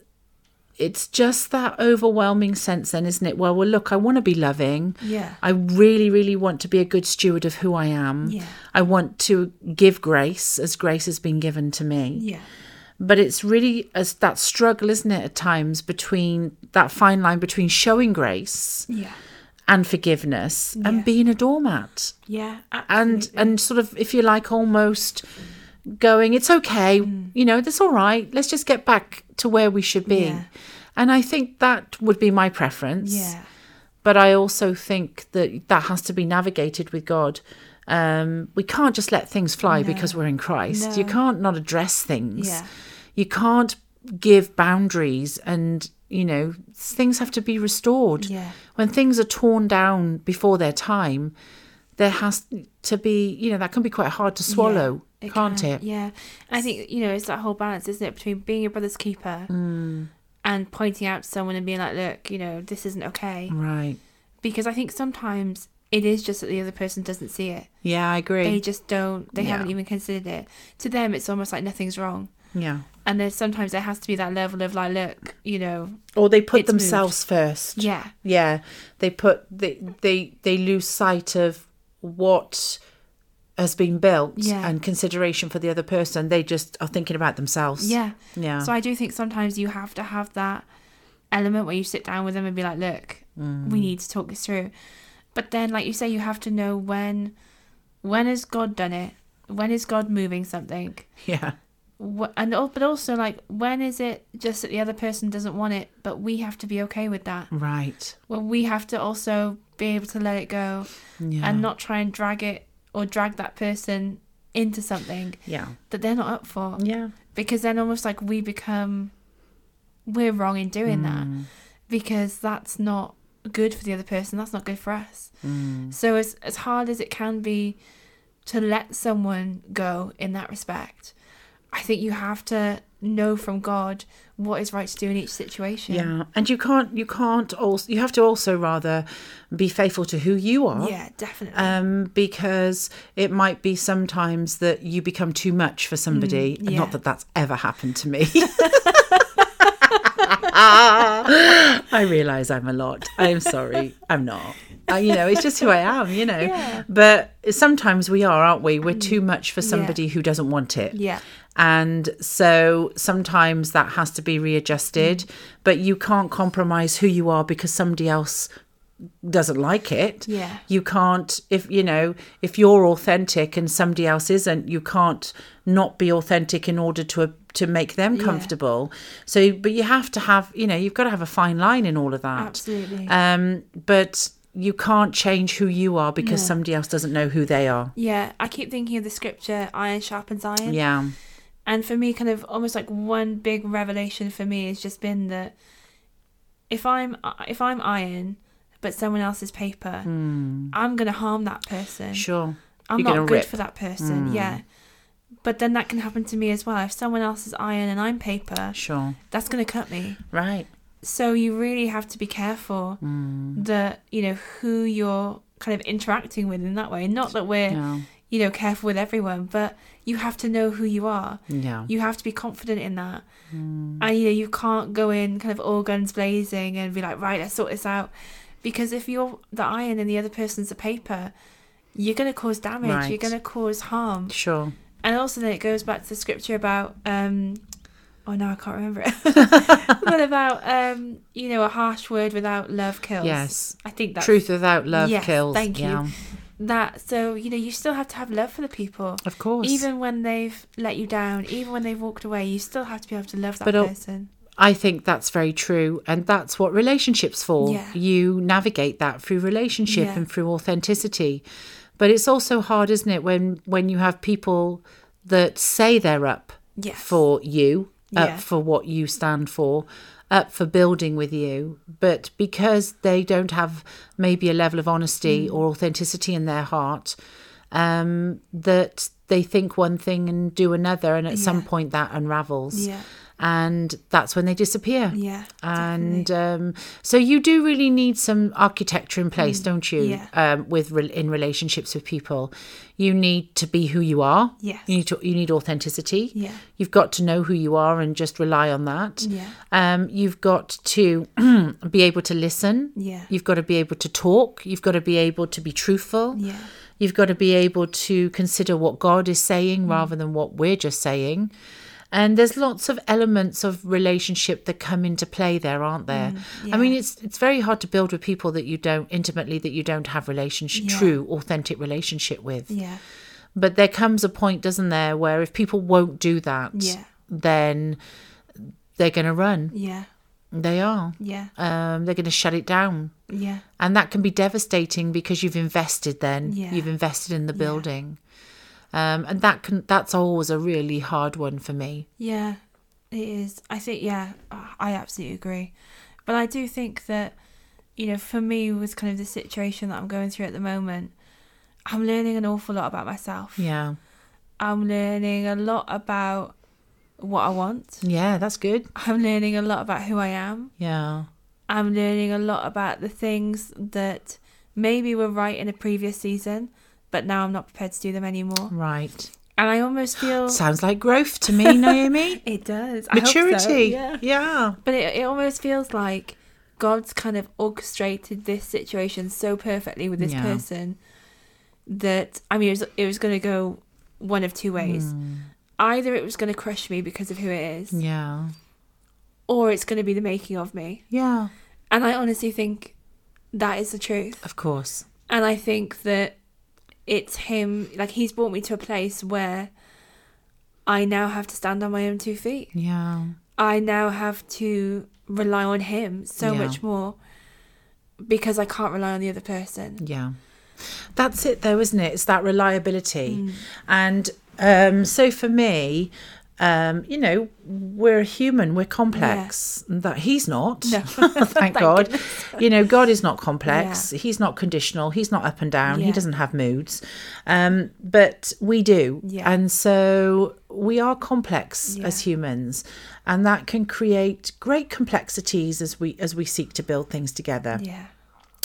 Speaker 1: it's just that overwhelming sense, then, isn't it? Well, well, look, I want to be loving.
Speaker 2: Yeah.
Speaker 1: I really, really want to be a good steward of who I am.
Speaker 2: Yeah.
Speaker 1: I want to give grace as grace has been given to me
Speaker 2: Yeah.
Speaker 1: but it's really as that struggle isn't it at times between that fine line between showing grace
Speaker 2: Yeah.
Speaker 1: and forgiveness
Speaker 2: Yeah.
Speaker 1: and being a doormat
Speaker 2: Yeah.
Speaker 1: and and sort of if you like almost going it's okay
Speaker 2: Mm.
Speaker 1: you know that's all right let's just get back to where we should be
Speaker 2: Yeah.
Speaker 1: and i think that would be my preference
Speaker 2: Yeah.
Speaker 1: but i also think that that has to be navigated with god um we can't just let things fly because we're in christ you
Speaker 2: No.
Speaker 1: can't not address things
Speaker 2: Yeah.
Speaker 1: you can't give boundaries and you know things have to be restored
Speaker 2: Yeah.
Speaker 1: when things are torn down before their time there has to be you know that can be quite hard to swallow
Speaker 2: Yeah,
Speaker 1: can't
Speaker 2: can,
Speaker 1: it
Speaker 2: Yeah. I think, you know, it's that whole balance, isn't it, between being your brother's keeper
Speaker 1: Mm.
Speaker 2: and pointing out to someone and being like, look, you know, this isn't okay.
Speaker 1: right
Speaker 2: Because I think sometimes it is just that the other person doesn't see it.
Speaker 1: yeah i
Speaker 2: They
Speaker 1: agree
Speaker 2: just don't, they
Speaker 1: Yeah.
Speaker 2: haven't even considered it. To them, it's almost like nothing's wrong.
Speaker 1: yeah
Speaker 2: And then sometimes there has to be that level of like, look, you know,
Speaker 1: or they put
Speaker 2: It's moved.
Speaker 1: themselves first
Speaker 2: yeah,
Speaker 1: yeah they put they they they lose sight of what has been built
Speaker 2: Yeah.
Speaker 1: and consideration for the other person they just are thinking about themselves
Speaker 2: yeah.
Speaker 1: yeah
Speaker 2: So I do think sometimes you have to have that element where you sit down with them and be like, look,
Speaker 1: Mm.
Speaker 2: we need to talk this through. But then, like you say, you have to know when, when has God done it? When is God moving something?
Speaker 1: yeah
Speaker 2: Wh- And al- but also like when is it just that the other person doesn't want it, but we have to be okay with that.
Speaker 1: right
Speaker 2: Well, we have to also be able to let it go
Speaker 1: yeah
Speaker 2: and not try and drag it or drag that person into something
Speaker 1: yeah
Speaker 2: that they're not up for
Speaker 1: yeah
Speaker 2: because then almost like we become we're wrong in doing that because that's not good for the other person that's not good for us so as as hard as it can be to let someone go in that respect i think you have to know from god what is right to do in each situation
Speaker 1: Yeah, and you can't you can't also you have to also rather be faithful to who you are.
Speaker 2: yeah definitely
Speaker 1: Um, because it might be sometimes that you become too much for somebody.
Speaker 2: Mm, yeah.
Speaker 1: Not that that's ever happened to me. I realise I'm a lot. I'm sorry. I'm not. Uh, you know, it's just who I am, you know.
Speaker 2: Yeah. Mm,
Speaker 1: But sometimes we are, aren't we? We're too much for somebody who doesn't want it.
Speaker 2: yeah
Speaker 1: And so sometimes that has to be readjusted, but you can't compromise who you are because somebody else doesn't like it.
Speaker 2: Yeah.
Speaker 1: You can't if you know, if you're authentic and somebody else isn't, you can't not be authentic in order to to make them comfortable. So but you have to have, you know, you've got to have a fine line in all of that.
Speaker 2: Absolutely.
Speaker 1: Um but you can't change who you are because somebody else doesn't know who they are.
Speaker 2: yeah i keep thinking of the scripture iron sharpens iron
Speaker 1: Yeah.
Speaker 2: And for me, kind of almost like one big revelation for me has just been that if I'm if I'm iron, but someone else is paper, I'm gonna harm that person.
Speaker 1: Hmm. Sure.
Speaker 2: I'm
Speaker 1: You're
Speaker 2: not
Speaker 1: gonna
Speaker 2: good
Speaker 1: rip. Hmm.
Speaker 2: for that person. Yeah. But then that can happen to me as well. If someone else is iron and I'm paper,
Speaker 1: Sure.
Speaker 2: that's gonna cut me.
Speaker 1: Right.
Speaker 2: So you really have to be careful
Speaker 1: Hmm.
Speaker 2: that you know who you're kind of interacting with in that way. Not that we're
Speaker 1: Yeah.
Speaker 2: you know careful with everyone, but you have to know who you are
Speaker 1: Yeah.
Speaker 2: you have to be confident in that
Speaker 1: Hmm.
Speaker 2: and you know you can't go in kind of all guns blazing and be like right let's sort this out because if you're the iron and the other person's the paper you're going to cause damage you're
Speaker 1: Right.
Speaker 2: going to cause harm
Speaker 1: Sure.
Speaker 2: and also then it goes back to the scripture about um oh no i can't remember it but about um you know a harsh word without love kills
Speaker 1: Yes.
Speaker 2: i think that's
Speaker 1: Truth without love
Speaker 2: Yes,
Speaker 1: kills.
Speaker 2: thank you.
Speaker 1: yeah.
Speaker 2: that so you know you still have to have love for the people
Speaker 1: Of course.
Speaker 2: even when they've let you down, even when they've walked away, you still have to be able to love that
Speaker 1: But, uh,
Speaker 2: person.
Speaker 1: I think that's very true. And that's what relationships for.
Speaker 2: Yeah.
Speaker 1: You navigate that through relationship
Speaker 2: Yeah.
Speaker 1: and through authenticity. But it's also hard, isn't it, when when you have people that say they're up
Speaker 2: Yes.
Speaker 1: for you,
Speaker 2: Yeah.
Speaker 1: up for what you stand for, up for building with you, but because they don't have
Speaker 2: Mm.
Speaker 1: maybe a level of honesty or authenticity in their heart, um, that they think one thing and do another, and at some
Speaker 2: Yeah.
Speaker 1: point that unravels.
Speaker 2: Yeah.
Speaker 1: And that's when they disappear.
Speaker 2: Yeah.
Speaker 1: And um, so you do really need some architecture in place, don't you?
Speaker 2: Mm, yeah.
Speaker 1: Um, with re- in relationships with people, you need to be who you are.
Speaker 2: Yes.
Speaker 1: You need to, you need authenticity.
Speaker 2: Yeah.
Speaker 1: You've got to know who you are and just rely on that.
Speaker 2: Yeah.
Speaker 1: Um, you've got to be able to listen.
Speaker 2: Yeah.
Speaker 1: You've got to be able to talk. You've got to be able to be truthful.
Speaker 2: Yeah.
Speaker 1: You've got to be able to consider what God is
Speaker 2: Mm.
Speaker 1: saying rather than what we're just saying. And there's lots of elements of relationship that come into play there, aren't there?
Speaker 2: Mm,
Speaker 1: I mean, it's it's very hard to build with people that you don't intimately that you don't have relationship
Speaker 2: Yeah.
Speaker 1: true authentic relationship with.
Speaker 2: Yeah.
Speaker 1: But there comes a point, doesn't there, where if people won't do that,
Speaker 2: Yeah.
Speaker 1: then they're going to run.
Speaker 2: Yeah.
Speaker 1: They are.
Speaker 2: Yeah.
Speaker 1: Um, they're going to shut it down.
Speaker 2: Yeah.
Speaker 1: And that can be devastating because you've invested then.
Speaker 2: Yeah.
Speaker 1: You've invested in the building. Um, and that can that's always a really hard one for me.
Speaker 2: Yeah, it is. I think yeah, I absolutely agree. But I do think that you know, for me with kind of the situation that I'm going through at the moment, I'm learning an awful lot about myself.
Speaker 1: Yeah.
Speaker 2: I'm learning a lot about what I want.
Speaker 1: Yeah, that's good.
Speaker 2: I'm learning a lot about who I am.
Speaker 1: Yeah.
Speaker 2: I'm learning a lot about the things that maybe were right in a previous season, but now I'm not prepared to do them anymore.
Speaker 1: Right.
Speaker 2: And I almost feel
Speaker 1: Sounds like growth to me, Naomi.
Speaker 2: it does. I hope so,
Speaker 1: Maturity.
Speaker 2: yeah.
Speaker 1: yeah.
Speaker 2: But it, it almost feels like God's kind of orchestrated this situation so perfectly with this
Speaker 1: Yeah.
Speaker 2: person that I mean it was it was going to go one of two ways.
Speaker 1: Hmm.
Speaker 2: Either it was going to crush me because of who it is,
Speaker 1: Yeah.
Speaker 2: or it's going to be the making of me.
Speaker 1: Yeah.
Speaker 2: And I honestly think that is the truth.
Speaker 1: Of course.
Speaker 2: And I think that it's him like he's brought me to a place where I now have to stand on my own two feet.
Speaker 1: Yeah.
Speaker 2: I now have to rely on him so
Speaker 1: Yeah.
Speaker 2: much more because I can't rely on the other person.
Speaker 1: Yeah. That's it though, isn't it? It's that reliability.
Speaker 2: Mm.
Speaker 1: And um so for me, um, you know, we're human, we're complex. And That he's not.
Speaker 2: No.
Speaker 1: Thank, God. You know, God is not complex. He's not conditional. He's not up and down. He
Speaker 2: Yeah.
Speaker 1: doesn't have moods. Um, but we do.
Speaker 2: Yeah.
Speaker 1: And so we are complex
Speaker 2: Yeah.
Speaker 1: as humans. And that can create great complexities as we as we seek to build things together.
Speaker 2: Yeah.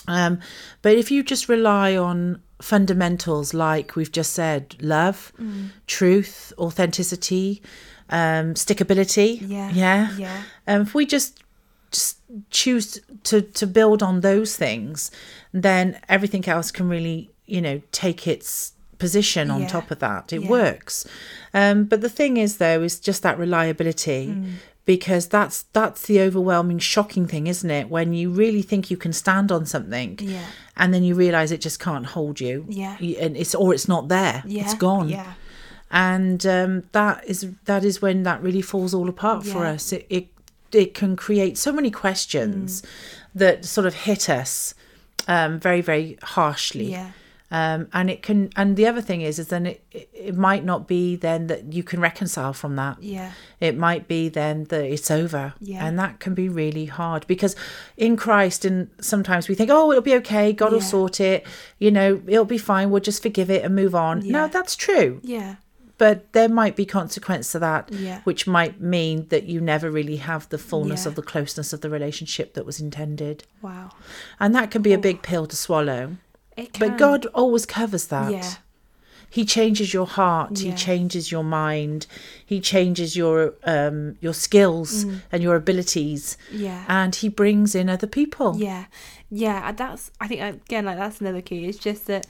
Speaker 1: Um, but if you just rely on fundamentals like we've just said, love,
Speaker 2: Mm.
Speaker 1: truth, authenticity, um, stickability,
Speaker 2: Yeah.
Speaker 1: yeah,
Speaker 2: Yeah.
Speaker 1: Um, if we just just choose to to build on those things, then everything else can really, you know, take its position on
Speaker 2: Yeah.
Speaker 1: top of that. It
Speaker 2: Yeah.
Speaker 1: works. Um, but the thing is, though, is just that reliability.
Speaker 2: Hmm.
Speaker 1: Because that's that's the overwhelming, shocking thing, isn't it? When you really think you can stand on something,
Speaker 2: Yeah.
Speaker 1: and then you realize it just can't hold you,
Speaker 2: Yeah.
Speaker 1: You- and it's or it's not there,
Speaker 2: Yeah.
Speaker 1: it's gone,
Speaker 2: Yeah.
Speaker 1: and um, that is that is when that really falls all apart for
Speaker 2: Yeah.
Speaker 1: us. It, it it can create so many questions
Speaker 2: Hmm.
Speaker 1: that sort of hit us um, very very harshly.
Speaker 2: Yeah.
Speaker 1: Um, and it can, and the other thing is, is then it, it it might not be then that you can reconcile from that.
Speaker 2: Yeah.
Speaker 1: It might be then that it's over.
Speaker 2: Yeah.
Speaker 1: And that can be really hard because in Christ, and sometimes we think, oh, it'll be okay. God will
Speaker 2: Yeah.
Speaker 1: sort it. You know, it'll be fine. We'll just forgive it and move on. No,
Speaker 2: Yeah.
Speaker 1: that's true.
Speaker 2: Yeah.
Speaker 1: But there might be consequence to that,
Speaker 2: Yeah.
Speaker 1: which might mean that you never really have the fullness
Speaker 2: Yeah.
Speaker 1: of the closeness of the relationship that was intended.
Speaker 2: Wow.
Speaker 1: And that can be a big pill to swallow.
Speaker 2: It
Speaker 1: But
Speaker 2: Oh. can-
Speaker 1: God always covers that.
Speaker 2: Yeah.
Speaker 1: He changes your heart. He
Speaker 2: Yeah.
Speaker 1: changes your mind. He changes your um, your skills
Speaker 2: Mm.
Speaker 1: and your abilities,
Speaker 2: Yeah.
Speaker 1: and he brings in other people.
Speaker 2: Yeah, yeah, and that's I think again like that's another key. It's just that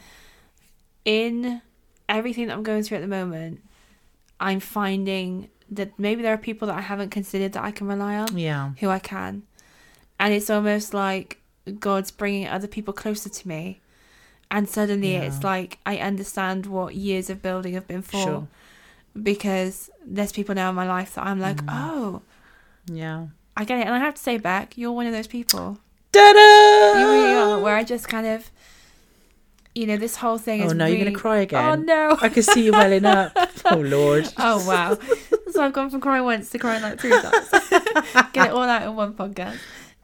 Speaker 2: in everything that I'm going through at the moment, I'm finding that maybe there are people that I haven't considered that I can rely on,
Speaker 1: Yeah.
Speaker 2: who I can, and it's almost like God's bringing other people closer to me, and suddenly it's like I understand what years of building have been for,
Speaker 1: Sure.
Speaker 2: because there's people now in my life that I'm
Speaker 1: Mm.
Speaker 2: like, oh,
Speaker 1: Yeah.
Speaker 2: I get it, and I have to say back, you're one of those people.
Speaker 1: Da-da!
Speaker 2: You really are. Where I just kind of, you know, this whole thing
Speaker 1: Oh
Speaker 2: is.
Speaker 1: no, you're
Speaker 2: really-
Speaker 1: gonna cry
Speaker 2: Oh
Speaker 1: again.
Speaker 2: no.
Speaker 1: I can see you welling up. Oh Lord.
Speaker 2: Oh wow. so I've gone from crying once to crying like three times. Get it all out in one podcast.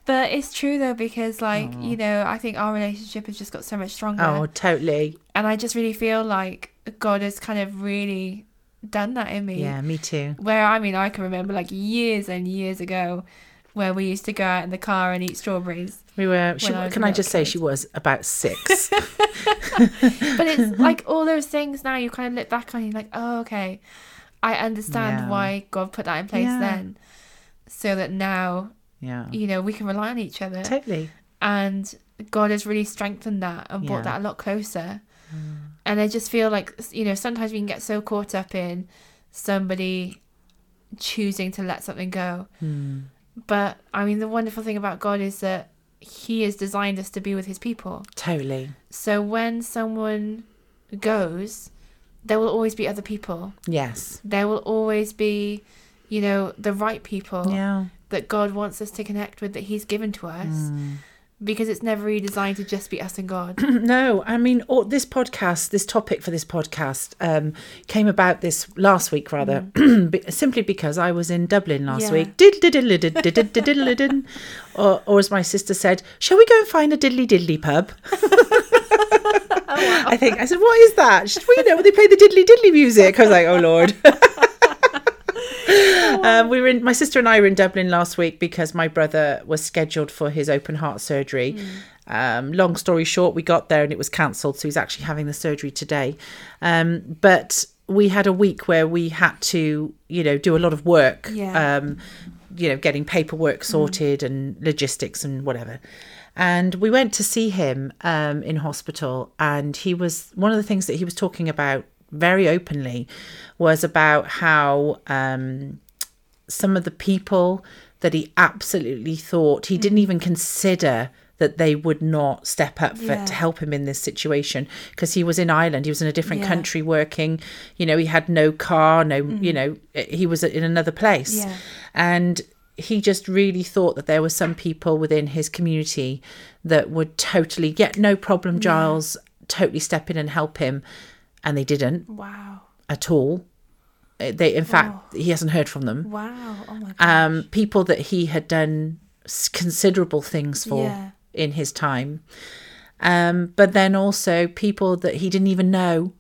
Speaker 2: But it's true though because like
Speaker 1: Mm.
Speaker 2: you know I think our relationship has just got so much stronger,
Speaker 1: Oh, totally.
Speaker 2: and I just really feel like God has kind of really done that in me.
Speaker 1: Yeah, me too.
Speaker 2: Where I mean, I can remember like years and years ago where we used to go out in the car and eat strawberries.
Speaker 1: We were. She,
Speaker 2: When I was
Speaker 1: can
Speaker 2: a
Speaker 1: I
Speaker 2: little
Speaker 1: just say she was about six?
Speaker 2: But it's like all those things now you kind of look back on and you're like, oh, okay, I understand
Speaker 1: Yeah.
Speaker 2: why God put that in place
Speaker 1: Yeah.
Speaker 2: then. So that now,
Speaker 1: yeah,
Speaker 2: you know, we can rely on each other.
Speaker 1: totally.
Speaker 2: and God has really strengthened that and brought
Speaker 1: Yeah. Mm.
Speaker 2: that a lot closer. And I just feel like you know sometimes we can get so caught up in somebody choosing to let something go.
Speaker 1: Hmm.
Speaker 2: But I mean, the wonderful thing about God is that He has designed us to be with His people.
Speaker 1: Totally.
Speaker 2: So when someone goes, there will always be other people.
Speaker 1: Yes.
Speaker 2: There will always be, you know, the right people
Speaker 1: Yeah. Mm.
Speaker 2: that God wants us to connect with that He's given to us because it's never really designed to just be us and God.
Speaker 1: No, I mean, all, this podcast, this topic for this podcast um, came about this last week, rather, be- simply because I was in Dublin last
Speaker 2: Yeah.
Speaker 1: week. Diddle-diddle-diddle-diddle-diddle-diddle. or, or as my sister said, shall we go and find a diddly diddly pub? I think I said, what is that? She said, well, you know, they play the diddly diddly music. I was like, oh lord. Um, we were in, my sister and I were in Dublin last week because my brother was scheduled for his open heart surgery. Um, long story short, we got there and it was cancelled, so he's actually having the surgery today. Um, but we had a week where we had to, you know, do a lot of work.
Speaker 2: Yeah.
Speaker 1: Um, you know, getting paperwork sorted and logistics and whatever. And we went to see him um, in hospital, and he was one of the things that he was talking about very openly was about how um, some of the people that he absolutely thought he
Speaker 2: Mm.
Speaker 1: didn't even consider that they would not step up for,
Speaker 2: Yeah.
Speaker 1: to help him in this situation because he was in Ireland he was in a different
Speaker 2: Yeah.
Speaker 1: country working you know he had no car no you know eh, he was in another place
Speaker 2: Mm. Yeah.
Speaker 1: and he just really thought that there were some people within his community that would totally get no problem Giles totally step in and help him and they didn't
Speaker 2: Wow.
Speaker 1: at all Uh, they in
Speaker 2: Oh.
Speaker 1: fact he hasn't heard from them
Speaker 2: Wow. Oh my God.
Speaker 1: um, people that he had done s- considerable things for
Speaker 2: Yeah.
Speaker 1: in his time. Um, but then also people that he didn't even know.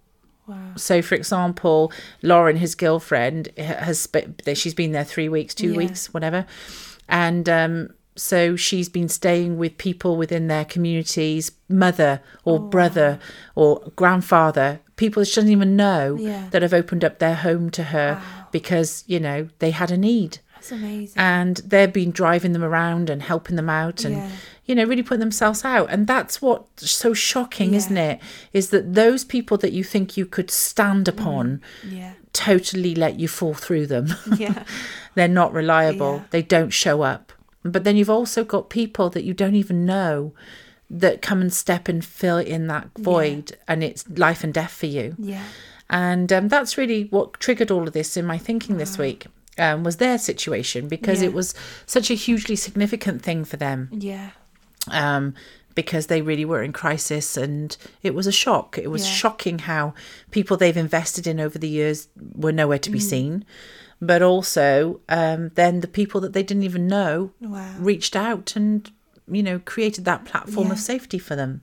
Speaker 2: wow.
Speaker 1: So, for example, Lauren, his girlfriend, h- has sp- that she's been there three weeks, two
Speaker 2: Yeah.
Speaker 1: weeks, whatever, and um, so she's been staying with people within their communities, mother or
Speaker 2: Oh,
Speaker 1: brother or grandfather, people that she doesn't even know
Speaker 2: Yeah.
Speaker 1: that have opened up their home to her because you know they had a need
Speaker 2: That's amazing.
Speaker 1: and they've been driving them around and helping them out and
Speaker 2: Yeah.
Speaker 1: you know really putting themselves out and that's what's so shocking
Speaker 2: Yeah.
Speaker 1: isn't it is that those people that you think you could
Speaker 2: Mm.
Speaker 1: stand upon
Speaker 2: yeah.
Speaker 1: totally let you fall through them
Speaker 2: Yeah.
Speaker 1: they're not reliable
Speaker 2: Yeah.
Speaker 1: they don't show up but then you've also got people that you don't even know that come and step and fill in that void and it's life and death for you
Speaker 2: Yeah.
Speaker 1: and um, that's really what triggered all of this in my thinking this week um, was their situation because
Speaker 2: Yeah.
Speaker 1: it was such a hugely significant thing for them
Speaker 2: Yeah.
Speaker 1: um, because they really were in crisis and it was a shock. It was
Speaker 2: Yeah.
Speaker 1: shocking how people they've invested in over the years were nowhere to be
Speaker 2: Mm.
Speaker 1: seen. But also, um, then the people that they didn't even know
Speaker 2: Wow.
Speaker 1: reached out and, you know, created that platform of
Speaker 2: Yeah.
Speaker 1: safety for them.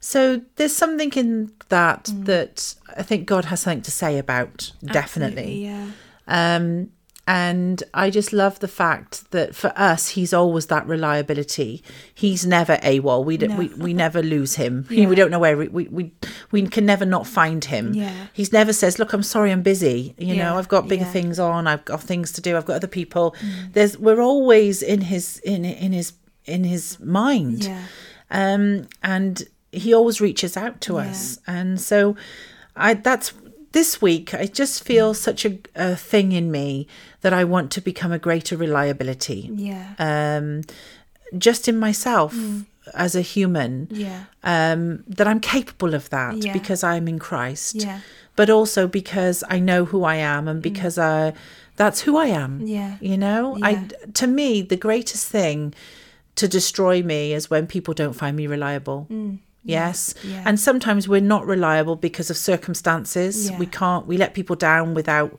Speaker 1: So there's something in that
Speaker 2: Mm.
Speaker 1: that I think God has something to say about, definitely.
Speaker 2: Yeah.
Speaker 1: Um, and I just love the fact that for us, he's always that reliability. He's never AWOL. We, don't,
Speaker 2: No.
Speaker 1: we we never lose him. You know, We don't know where we, we we we can never not find him.
Speaker 2: Yeah.
Speaker 1: He's never says, "Look, I'm sorry, I'm busy. You
Speaker 2: Yeah,
Speaker 1: know, I've got bigger
Speaker 2: yeah. Mm.
Speaker 1: things on. I've got things to do. I've got other people." There's we're always in his in in his in his mind
Speaker 2: Yeah.
Speaker 1: um, and he always reaches out to us and so i that's this week i just feel such a, a thing in me that i want to become a greater reliability
Speaker 2: Yeah.
Speaker 1: um, just in myself as a human
Speaker 2: Yeah.
Speaker 1: um, that i'm capable of that
Speaker 2: Yeah.
Speaker 1: because i'm in christ
Speaker 2: Yeah. Mm.
Speaker 1: but also because i know who i am and because I, that's who i am
Speaker 2: Yeah.
Speaker 1: you know
Speaker 2: Yeah.
Speaker 1: i to me the greatest thing to destroy me is when people don't find me reliable yes
Speaker 2: Mm. Yeah.
Speaker 1: and sometimes we're not reliable because of circumstances
Speaker 2: Yeah.
Speaker 1: we can't we let people down without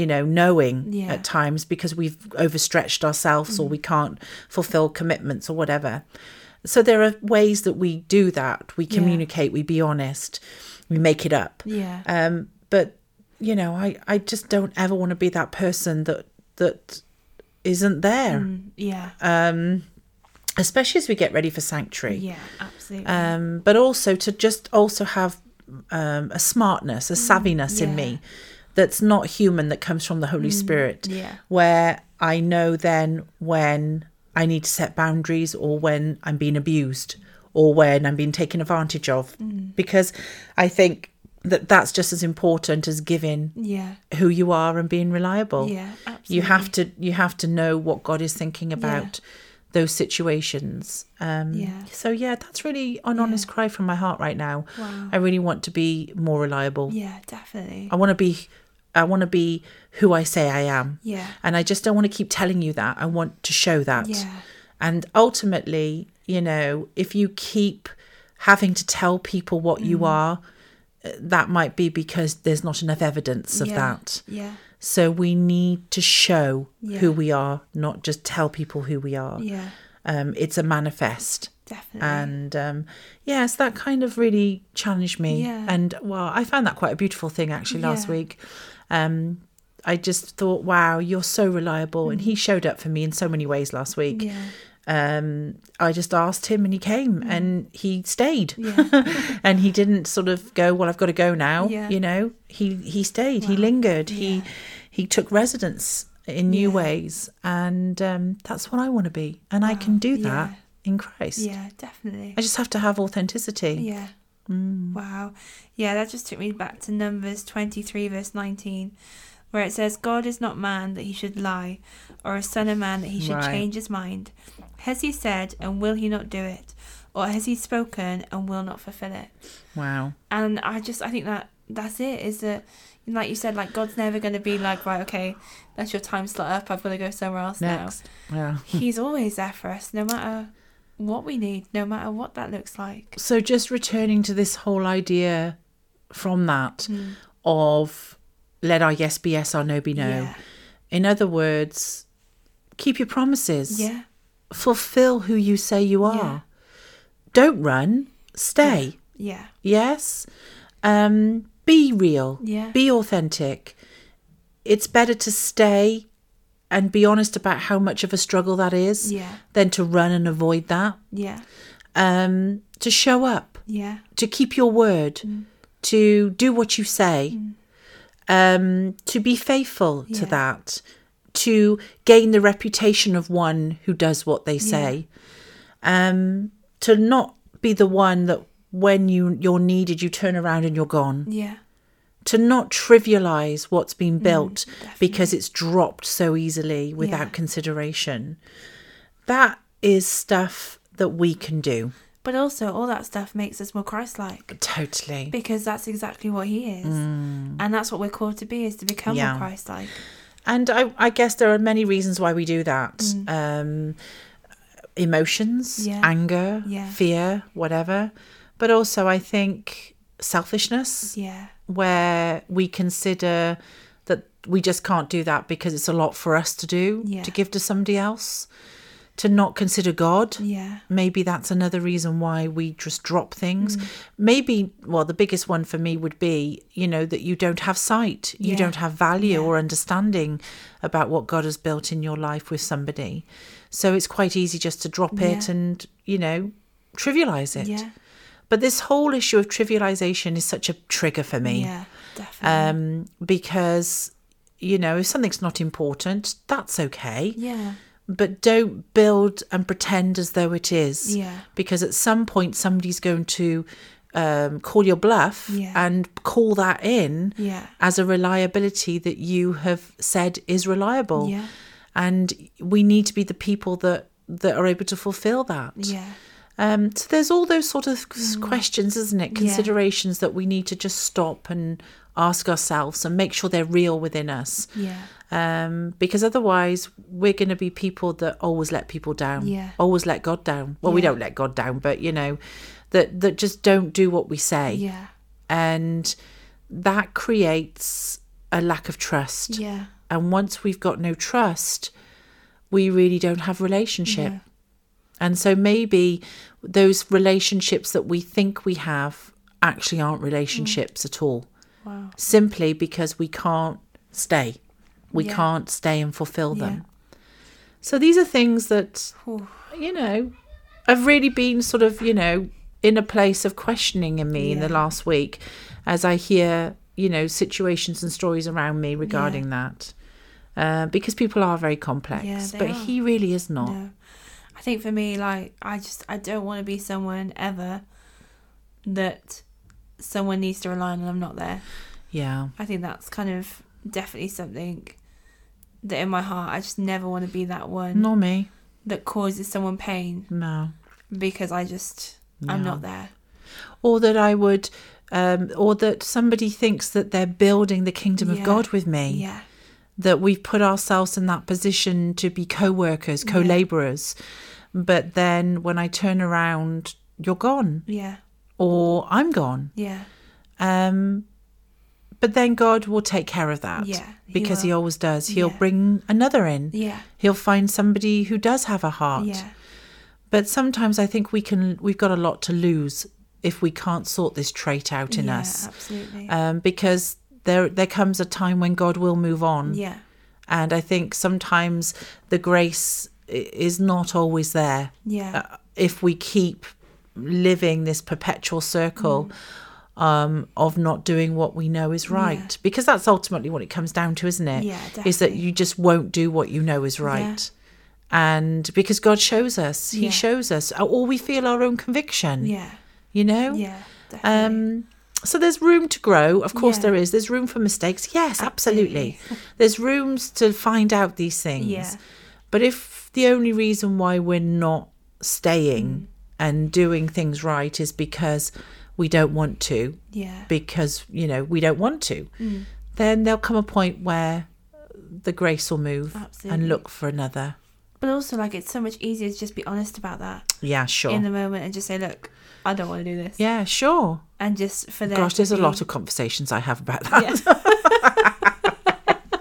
Speaker 1: you know knowing
Speaker 2: Yeah.
Speaker 1: at times because we've overstretched ourselves
Speaker 2: Mm.
Speaker 1: or we can't fulfill commitments or whatever so there are ways that we do that we communicate we be honest we make it up.
Speaker 2: Yeah.
Speaker 1: Um, but you know, I, I just don't ever want to be that person that that isn't there, Um,
Speaker 2: Mm, yeah.
Speaker 1: uh, especially as we get ready for sanctuary.
Speaker 2: yeah, absolutely.
Speaker 1: Um, but also to just also have um, a smartness, a savviness in
Speaker 2: Mm, yeah. Mm.
Speaker 1: me that's not human that comes from the Holy Spirit.
Speaker 2: yeah.
Speaker 1: Where I know then when I need to set boundaries or when I'm being abused or when I'm being taken advantage of.
Speaker 2: Mm.
Speaker 1: Because I think that that's just as important as giving
Speaker 2: yeah.
Speaker 1: who you are and being reliable.
Speaker 2: Yeah,
Speaker 1: oh, You have to you have to know what God is thinking about those situations. Um
Speaker 2: Yeah.
Speaker 1: so yeah, that's really an honest cry from my heart right now.
Speaker 2: Wow.
Speaker 1: I really want to be more reliable.
Speaker 2: Yeah, definitely.
Speaker 1: I want to be I want to be who I say I am.
Speaker 2: Yeah.
Speaker 1: And I just don't want to keep telling you that. I want to show that.
Speaker 2: Yeah.
Speaker 1: And ultimately, you know, if you keep having to tell people what you
Speaker 2: Mm.
Speaker 1: are, uh, that might be because there's not enough evidence of
Speaker 2: yeah.
Speaker 1: that.
Speaker 2: Yeah.
Speaker 1: So we need to show
Speaker 2: Yeah.
Speaker 1: who we are, not just tell people who we are.
Speaker 2: Yeah.
Speaker 1: Um, it's a manifest.
Speaker 2: Definitely.
Speaker 1: And um, yes, that kind of really challenged me.
Speaker 2: Yeah.
Speaker 1: And well, I found that quite a beautiful thing actually last
Speaker 2: Yeah.
Speaker 1: week. Um, I just thought, wow, you're so reliable. And he showed up for me in so many ways last week.
Speaker 2: Mm-hmm. yeah.
Speaker 1: Um, I just asked him and he came and he stayed.
Speaker 2: Mm. Yeah.
Speaker 1: and he didn't sort of go well i've got to go now
Speaker 2: Yeah.
Speaker 1: you know he he stayed he lingered he
Speaker 2: Yeah.
Speaker 1: he took residence in new
Speaker 2: Yeah.
Speaker 1: ways and um, that's what i want to be and i can do that in christ
Speaker 2: yeah, definitely.
Speaker 1: i just have to have authenticity
Speaker 2: Yeah.
Speaker 1: Mm.
Speaker 2: Wow. Yeah, that just took me back to Numbers 23, verse 19, where it says, God is not man that he should lie, or a son of man that he should
Speaker 1: Right.
Speaker 2: change his mind. Has he said, and will he not do it? Or has he spoken, and will not fulfill it?
Speaker 1: wow
Speaker 2: and I just I think that that's it is that like you said like God's never going to be like right okay that's your time slot up I've got to go somewhere else
Speaker 1: next yeah
Speaker 2: now he's always there for us no matter what we need no matter what that looks like
Speaker 1: so just returning to this whole idea from that
Speaker 2: Hmm.
Speaker 1: of let our yes be yes our no be no
Speaker 2: yeah
Speaker 1: in other words keep your promises
Speaker 2: yeah
Speaker 1: fulfill who you say you are.
Speaker 2: Yeah.
Speaker 1: Don't run, stay.
Speaker 2: yeah
Speaker 1: Yes. Um be real.
Speaker 2: Yeah.
Speaker 1: Be authentic. It's better to stay and be honest about how much of a struggle that is
Speaker 2: yeah
Speaker 1: than to run and avoid that.
Speaker 2: yeah
Speaker 1: Um to show up,
Speaker 2: yeah
Speaker 1: to keep your word, to do what you say. Um to be faithful to
Speaker 2: Yeah.
Speaker 1: that, to gain the reputation of one who does what they say um, to not be the one that when you you're needed you turn around and you're gone
Speaker 2: yeah
Speaker 1: to not trivialize what's
Speaker 2: Mm,
Speaker 1: been built because it's dropped so easily without
Speaker 2: Yeah.
Speaker 1: consideration that is stuff that we can do
Speaker 2: but also all that stuff makes us more Christ-like
Speaker 1: totally
Speaker 2: because that's exactly what he is and that's what we're called to be is to become
Speaker 1: Mm. Yeah.
Speaker 2: more Christ-like
Speaker 1: and I, I guess there are many reasons why we do that um, emotions
Speaker 2: Mm. Yeah.
Speaker 1: anger
Speaker 2: Yeah.
Speaker 1: fear whatever but also i think selfishness
Speaker 2: yeah
Speaker 1: where we consider that we just can't do that because it's a lot for us to do
Speaker 2: Yeah.
Speaker 1: to give to somebody else to not consider god
Speaker 2: yeah
Speaker 1: maybe that's another reason why we just drop things
Speaker 2: Mm.
Speaker 1: maybe well the biggest one for me would be you know that you don't have sight you
Speaker 2: Yeah.
Speaker 1: don't have value
Speaker 2: Yeah.
Speaker 1: or understanding about what god has built in your life with somebody so it's quite easy just to drop it
Speaker 2: Yeah.
Speaker 1: and you know trivialize it
Speaker 2: yeah
Speaker 1: but this whole issue of trivialization is such a trigger for me
Speaker 2: yeah definitely
Speaker 1: um, because you know if something's not important that's okay
Speaker 2: yeah
Speaker 1: but don't build and pretend as though it is
Speaker 2: Yeah.
Speaker 1: because at some point somebody's going to um, call your bluff
Speaker 2: Yeah.
Speaker 1: and call that in
Speaker 2: yeah
Speaker 1: as a reliability that you have said is reliable
Speaker 2: Yeah.
Speaker 1: and we need to be the people that that are able to fulfill that
Speaker 2: yeah
Speaker 1: um, so there's all those sort of
Speaker 2: Mm.
Speaker 1: s- questions, isn't it? Considerations that we need to just stop and ask ourselves and make sure they're real within us.
Speaker 2: yeah
Speaker 1: Um, because otherwise, we're going to be people that always let people down,
Speaker 2: Yeah.
Speaker 1: always let God down. Well, we
Speaker 2: Yeah.
Speaker 1: don't let God down, but you know, that that just don't do what we say,
Speaker 2: yeah
Speaker 1: and that creates a lack of trust.
Speaker 2: yeah
Speaker 1: And once we've got no trust, we really don't have relationship.
Speaker 2: Yeah.
Speaker 1: And so maybe those relationships that we think we have actually aren't relationships at all,
Speaker 2: Wow.
Speaker 1: simply because we can't stay. We
Speaker 2: Yeah.
Speaker 1: can't stay and fulfill them. So these are things that,
Speaker 2: Ooh.
Speaker 1: you know, I've really been sort of, you know, in a place of questioning in me in the
Speaker 2: Yeah.
Speaker 1: last week as I hear, you know, situations and stories around me regarding that. Uh, because people are very complex,
Speaker 2: Yeah, they
Speaker 1: but
Speaker 2: are.
Speaker 1: he really is not.
Speaker 2: No. I think for me, like, I just I don't want to be someone ever that someone needs to rely on and I'm not there.
Speaker 1: Yeah.
Speaker 2: I think that's kind of definitely something that in my heart I just never want to be that one
Speaker 1: Nor me.
Speaker 2: that causes someone pain
Speaker 1: No.
Speaker 2: because I just I'm
Speaker 1: No.
Speaker 2: not there.
Speaker 1: or that I would, um, or that somebody thinks that they're building the kingdom of
Speaker 2: Yeah.
Speaker 1: God with me,
Speaker 2: Yeah.
Speaker 1: that we've put ourselves in that position to be co workers, co laborers. But then when I turn around, you're gone,
Speaker 2: Yeah.
Speaker 1: or I'm gone.
Speaker 2: Yeah.
Speaker 1: Um, but then God will take care of that
Speaker 2: Yeah, he
Speaker 1: because He
Speaker 2: will.
Speaker 1: always does. He'll
Speaker 2: Yeah.
Speaker 1: bring another in.
Speaker 2: Yeah.
Speaker 1: He'll find somebody who does have a heart.
Speaker 2: Yeah.
Speaker 1: But sometimes I think we can. We've got a lot to lose if we can't sort this trait out in
Speaker 2: yeah,
Speaker 1: us
Speaker 2: Absolutely.
Speaker 1: um, because there there comes a time when God will move on,
Speaker 2: yeah.
Speaker 1: and I think sometimes the grace i- is not always there
Speaker 2: Yeah.
Speaker 1: uh, if we keep living this perpetual circle.
Speaker 2: Mm.
Speaker 1: Um, of not doing what we know is right because that's ultimately what it comes down to isn't it
Speaker 2: Yeah,
Speaker 1: is that
Speaker 2: definitely.
Speaker 1: you just won't do what you know is right and because god shows us he
Speaker 2: Yeah.
Speaker 1: shows us or we feel our own conviction
Speaker 2: yeah.
Speaker 1: you know
Speaker 2: Yeah. Definitely.
Speaker 1: um, so there's room to grow. Of course,
Speaker 2: Yeah.
Speaker 1: there is. There's room for mistakes. Yes, absolutely. there's rooms to find out these things.
Speaker 2: Yeah.
Speaker 1: But if the only reason why we're not staying
Speaker 2: Mm.
Speaker 1: and doing things right is because we don't want to,
Speaker 2: yeah.
Speaker 1: because, you know, we don't want to,
Speaker 2: Mm.
Speaker 1: then there'll come a point where the grace will move
Speaker 2: Absolutely.
Speaker 1: and look for another.
Speaker 2: But also, like, it's so much easier to just be honest about that
Speaker 1: Yeah, sure.
Speaker 2: in the moment and just say, "Look, I don't want to do this,"
Speaker 1: yeah, sure.
Speaker 2: and just for them.
Speaker 1: Gosh,
Speaker 2: to
Speaker 1: there's a
Speaker 2: be-
Speaker 1: lot of conversations I have about that.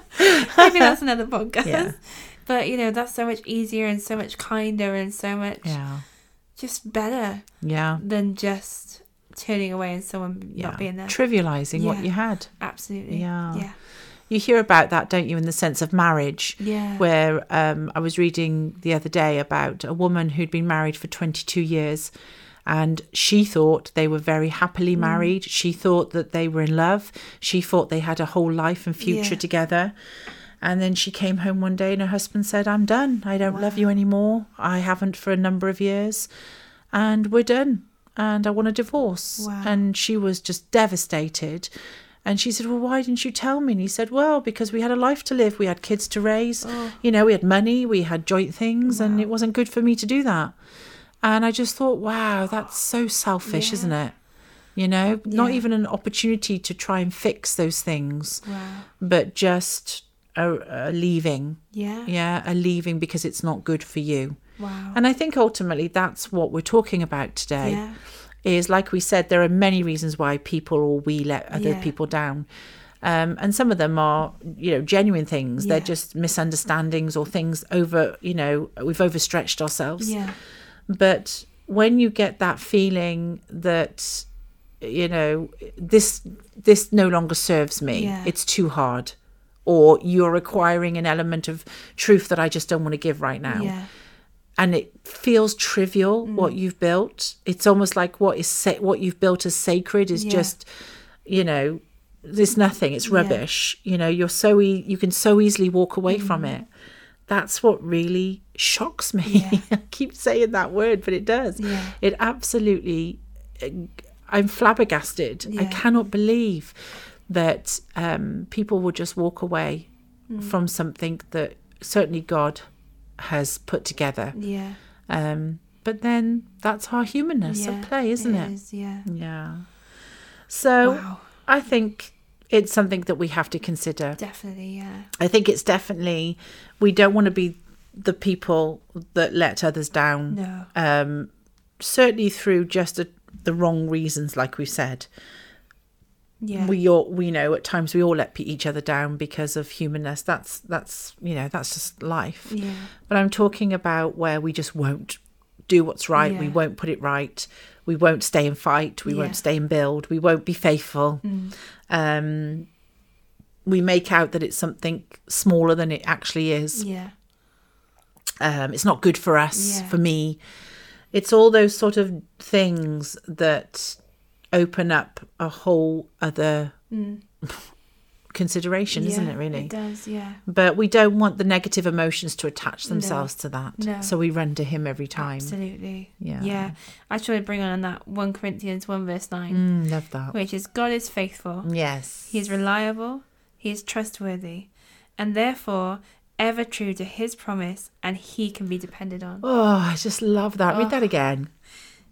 Speaker 2: Maybe that's another podcast.
Speaker 1: Yeah.
Speaker 2: But you know, that's so much easier and so much kinder and so much
Speaker 1: Yeah.
Speaker 2: just better
Speaker 1: Yeah.
Speaker 2: than just turning away and someone not being there.
Speaker 1: trivializing what
Speaker 2: Yeah.
Speaker 1: you had
Speaker 2: Absolutely.
Speaker 1: Yeah.
Speaker 2: Yeah.
Speaker 1: you hear about that don't you in the sense of marriage
Speaker 2: Yeah.
Speaker 1: where um, i was reading the other day about a woman who'd been married for 22 years and she thought they were very
Speaker 2: Mm.
Speaker 1: happily married she thought that they were in love she thought they had a whole life and future
Speaker 2: Yeah.
Speaker 1: together and then she came home one day and her husband said i'm done i don't love you anymore i haven't for a number of years and we're done and i want a divorce
Speaker 2: Wow.
Speaker 1: and she was just devastated and she said well why didn't you tell me and he said well because we had a life to live we had kids to raise
Speaker 2: Oh.
Speaker 1: you know we had money we had joint things and it wasn't good for me to do that and i just thought wow that's so selfish isn't it you know not
Speaker 2: Yeah.
Speaker 1: even an opportunity to try and fix those things
Speaker 2: Wow.
Speaker 1: but just a, a leaving
Speaker 2: Yeah.
Speaker 1: yeah a leaving because it's not good for you
Speaker 2: Wow.
Speaker 1: and i think ultimately that's what we're talking about today
Speaker 2: yeah.
Speaker 1: is like we said there are many reasons why people or we let other
Speaker 2: Yeah.
Speaker 1: people down um, and some of them are you know genuine things they're
Speaker 2: Yeah.
Speaker 1: just misunderstandings or things over you know we've overstretched ourselves
Speaker 2: Yeah.
Speaker 1: but when you get that feeling that you know this this no longer serves me
Speaker 2: Yeah.
Speaker 1: it's too hard or you're requiring an element of truth that i just don't want to give right now
Speaker 2: Yeah.
Speaker 1: and it feels
Speaker 2: Mm.
Speaker 1: trivial what you've built. It's almost like what is sa- what you've built as sacred is
Speaker 2: Yeah.
Speaker 1: just, you know, there's nothing. It's rubbish. You know, you're so e- you can so easily walk away from it. That's what really shocks me.
Speaker 2: Mm. Yeah.
Speaker 1: I keep saying that word, but it does.
Speaker 2: Yeah.
Speaker 1: It absolutely. uh, I'm flabbergasted. I
Speaker 2: Yeah.
Speaker 1: cannot believe that um, people will just walk away
Speaker 2: Mm.
Speaker 1: from something that certainly God has put together.
Speaker 2: Yeah.
Speaker 1: Um, but then that's our humanness
Speaker 2: yeah.
Speaker 1: at play, isn't it? Mm.
Speaker 2: is, yeah.
Speaker 1: Yeah. So
Speaker 2: Wow.
Speaker 1: I think it's something that we have to consider.
Speaker 2: Definitely. Yeah.
Speaker 1: I think it's definitely, we don't want to be the people that let others down,
Speaker 2: No.
Speaker 1: um, certainly through just the the wrong reasons, like we said.
Speaker 2: Yeah.
Speaker 1: We all, we know at times we all let pe- each other down because of humanness. That's, that's, you know, that's just life.
Speaker 2: yeah.
Speaker 1: But I'm talking about where we just won't do what's right. We
Speaker 2: Yeah.
Speaker 1: won't put it right. We won't stay and fight. We
Speaker 2: Yeah.
Speaker 1: won't stay and build. We won't be faithful.
Speaker 2: Mm.
Speaker 1: Um, we make out that it's something smaller than it actually is.
Speaker 2: Yeah.
Speaker 1: Um, it's not good for us,
Speaker 2: Yeah.
Speaker 1: for me. It's all those sort of things that open up a whole other consideration, isn't
Speaker 2: Mm. Yeah,
Speaker 1: it, really?
Speaker 2: It does, yeah.
Speaker 1: but we don't want the negative emotions to attach themselves to that.
Speaker 2: no.
Speaker 1: So we run to Him every time.
Speaker 2: Absolutely.
Speaker 1: Yeah.
Speaker 2: Yeah. I try to bring on that 1 Corinthians 1 verse 9,
Speaker 1: Mm, love that.
Speaker 2: which is God is faithful,
Speaker 1: Yes.
Speaker 2: He is reliable, He is trustworthy, and therefore ever true to His promise, and He can be depended on.
Speaker 1: Oh, I just love that. Read that again.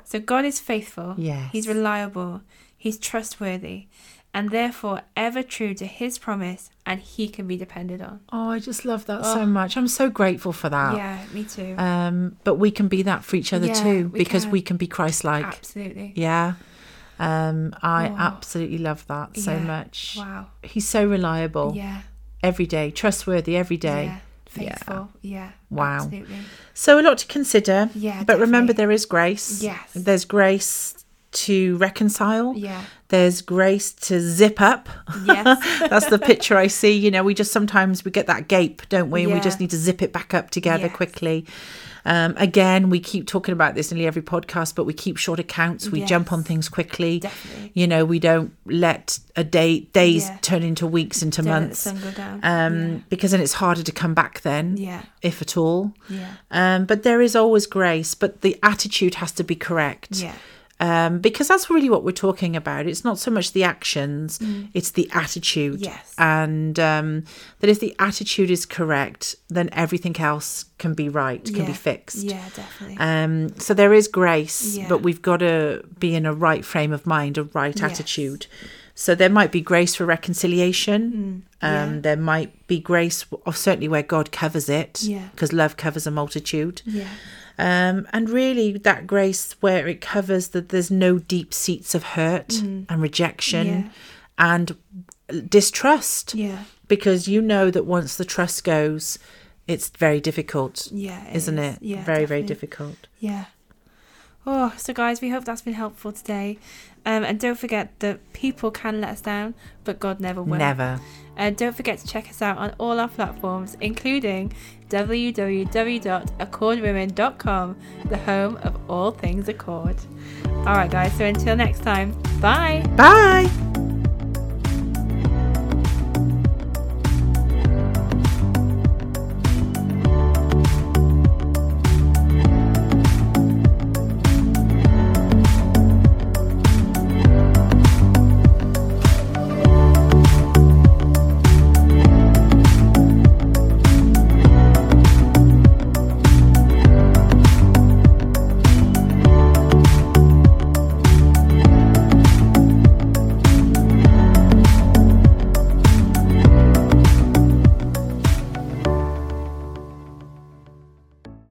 Speaker 2: So God is faithful.
Speaker 1: Yes.
Speaker 2: He's reliable. He's trustworthy. And therefore ever true to his promise and he can be depended on.
Speaker 1: Oh, I just love that so much. I'm so grateful for that.
Speaker 2: Yeah, me too.
Speaker 1: Um, but we can be that for each other
Speaker 2: Yeah,
Speaker 1: too,
Speaker 2: we
Speaker 1: because
Speaker 2: can.
Speaker 1: we can be Christ-like.
Speaker 2: Absolutely.
Speaker 1: Yeah. Um, I
Speaker 2: Wow.
Speaker 1: absolutely love that so
Speaker 2: Yeah.
Speaker 1: much.
Speaker 2: Wow.
Speaker 1: He's so reliable
Speaker 2: Yeah.
Speaker 1: every day, trustworthy every day.
Speaker 2: Yeah. Faithful. Yeah.
Speaker 1: Wow.
Speaker 2: Absolutely.
Speaker 1: So a lot to consider.
Speaker 2: Yeah,
Speaker 1: But remember,
Speaker 2: definitely.
Speaker 1: there is grace.
Speaker 2: Yes.
Speaker 1: There's grace to reconcile.
Speaker 2: Yeah.
Speaker 1: There's grace to zip up.
Speaker 2: Yes.
Speaker 1: That's the picture I see. You know, we just sometimes we get that gape, don't we? And we
Speaker 2: Yeah.
Speaker 1: just need to zip it back up together
Speaker 2: Yes.
Speaker 1: quickly. Um, again, we keep talking about this nearly every podcast, but we keep short accounts. We jump
Speaker 2: Yes.
Speaker 1: on things quickly.
Speaker 2: Definitely.
Speaker 1: You know, we don't let a day days
Speaker 2: Yeah.
Speaker 1: turn into weeks into
Speaker 2: Don't let the
Speaker 1: months.
Speaker 2: sun go down.
Speaker 1: Um, because then it's harder to come back then,
Speaker 2: Yeah.
Speaker 1: if at all.
Speaker 2: Yeah.
Speaker 1: Um, but there is always grace, but the attitude has to be correct.
Speaker 2: Yeah.
Speaker 1: Um, because that's really what we're talking about. It's not so much the actions, it's the attitude.
Speaker 2: Mm. Yes.
Speaker 1: And um, that if the attitude is correct, then everything else can be right, can
Speaker 2: yeah.
Speaker 1: be fixed.
Speaker 2: Yeah, definitely.
Speaker 1: Um, so there is grace,
Speaker 2: Yeah.
Speaker 1: but we've got to be in a right frame of mind, a right
Speaker 2: Yes.
Speaker 1: attitude. So there might be grace for reconciliation. Um,
Speaker 2: Mm. yeah.
Speaker 1: There might be grace, or certainly where God covers it,
Speaker 2: Yeah.
Speaker 1: because love covers a multitude.
Speaker 2: yeah.
Speaker 1: Um, and really, that grace where it covers that there's no deep seats of hurt and rejection
Speaker 2: Mm. Yeah.
Speaker 1: and distrust,
Speaker 2: Yeah.
Speaker 1: because you know that once the trust goes, it's very difficult,
Speaker 2: Yeah. it
Speaker 1: isn't
Speaker 2: is.
Speaker 1: it?
Speaker 2: Yeah.
Speaker 1: very, very
Speaker 2: definitely.
Speaker 1: difficult.
Speaker 2: Yeah. Oh, so guys, we hope that's been helpful today. Um, and don't forget that people can let us down, but God never will.
Speaker 1: Never.
Speaker 2: And don't forget to check us out on all our platforms, including www.accordwomen.com, the home of all things Accord. All right, guys, so until next time, bye.
Speaker 1: Bye.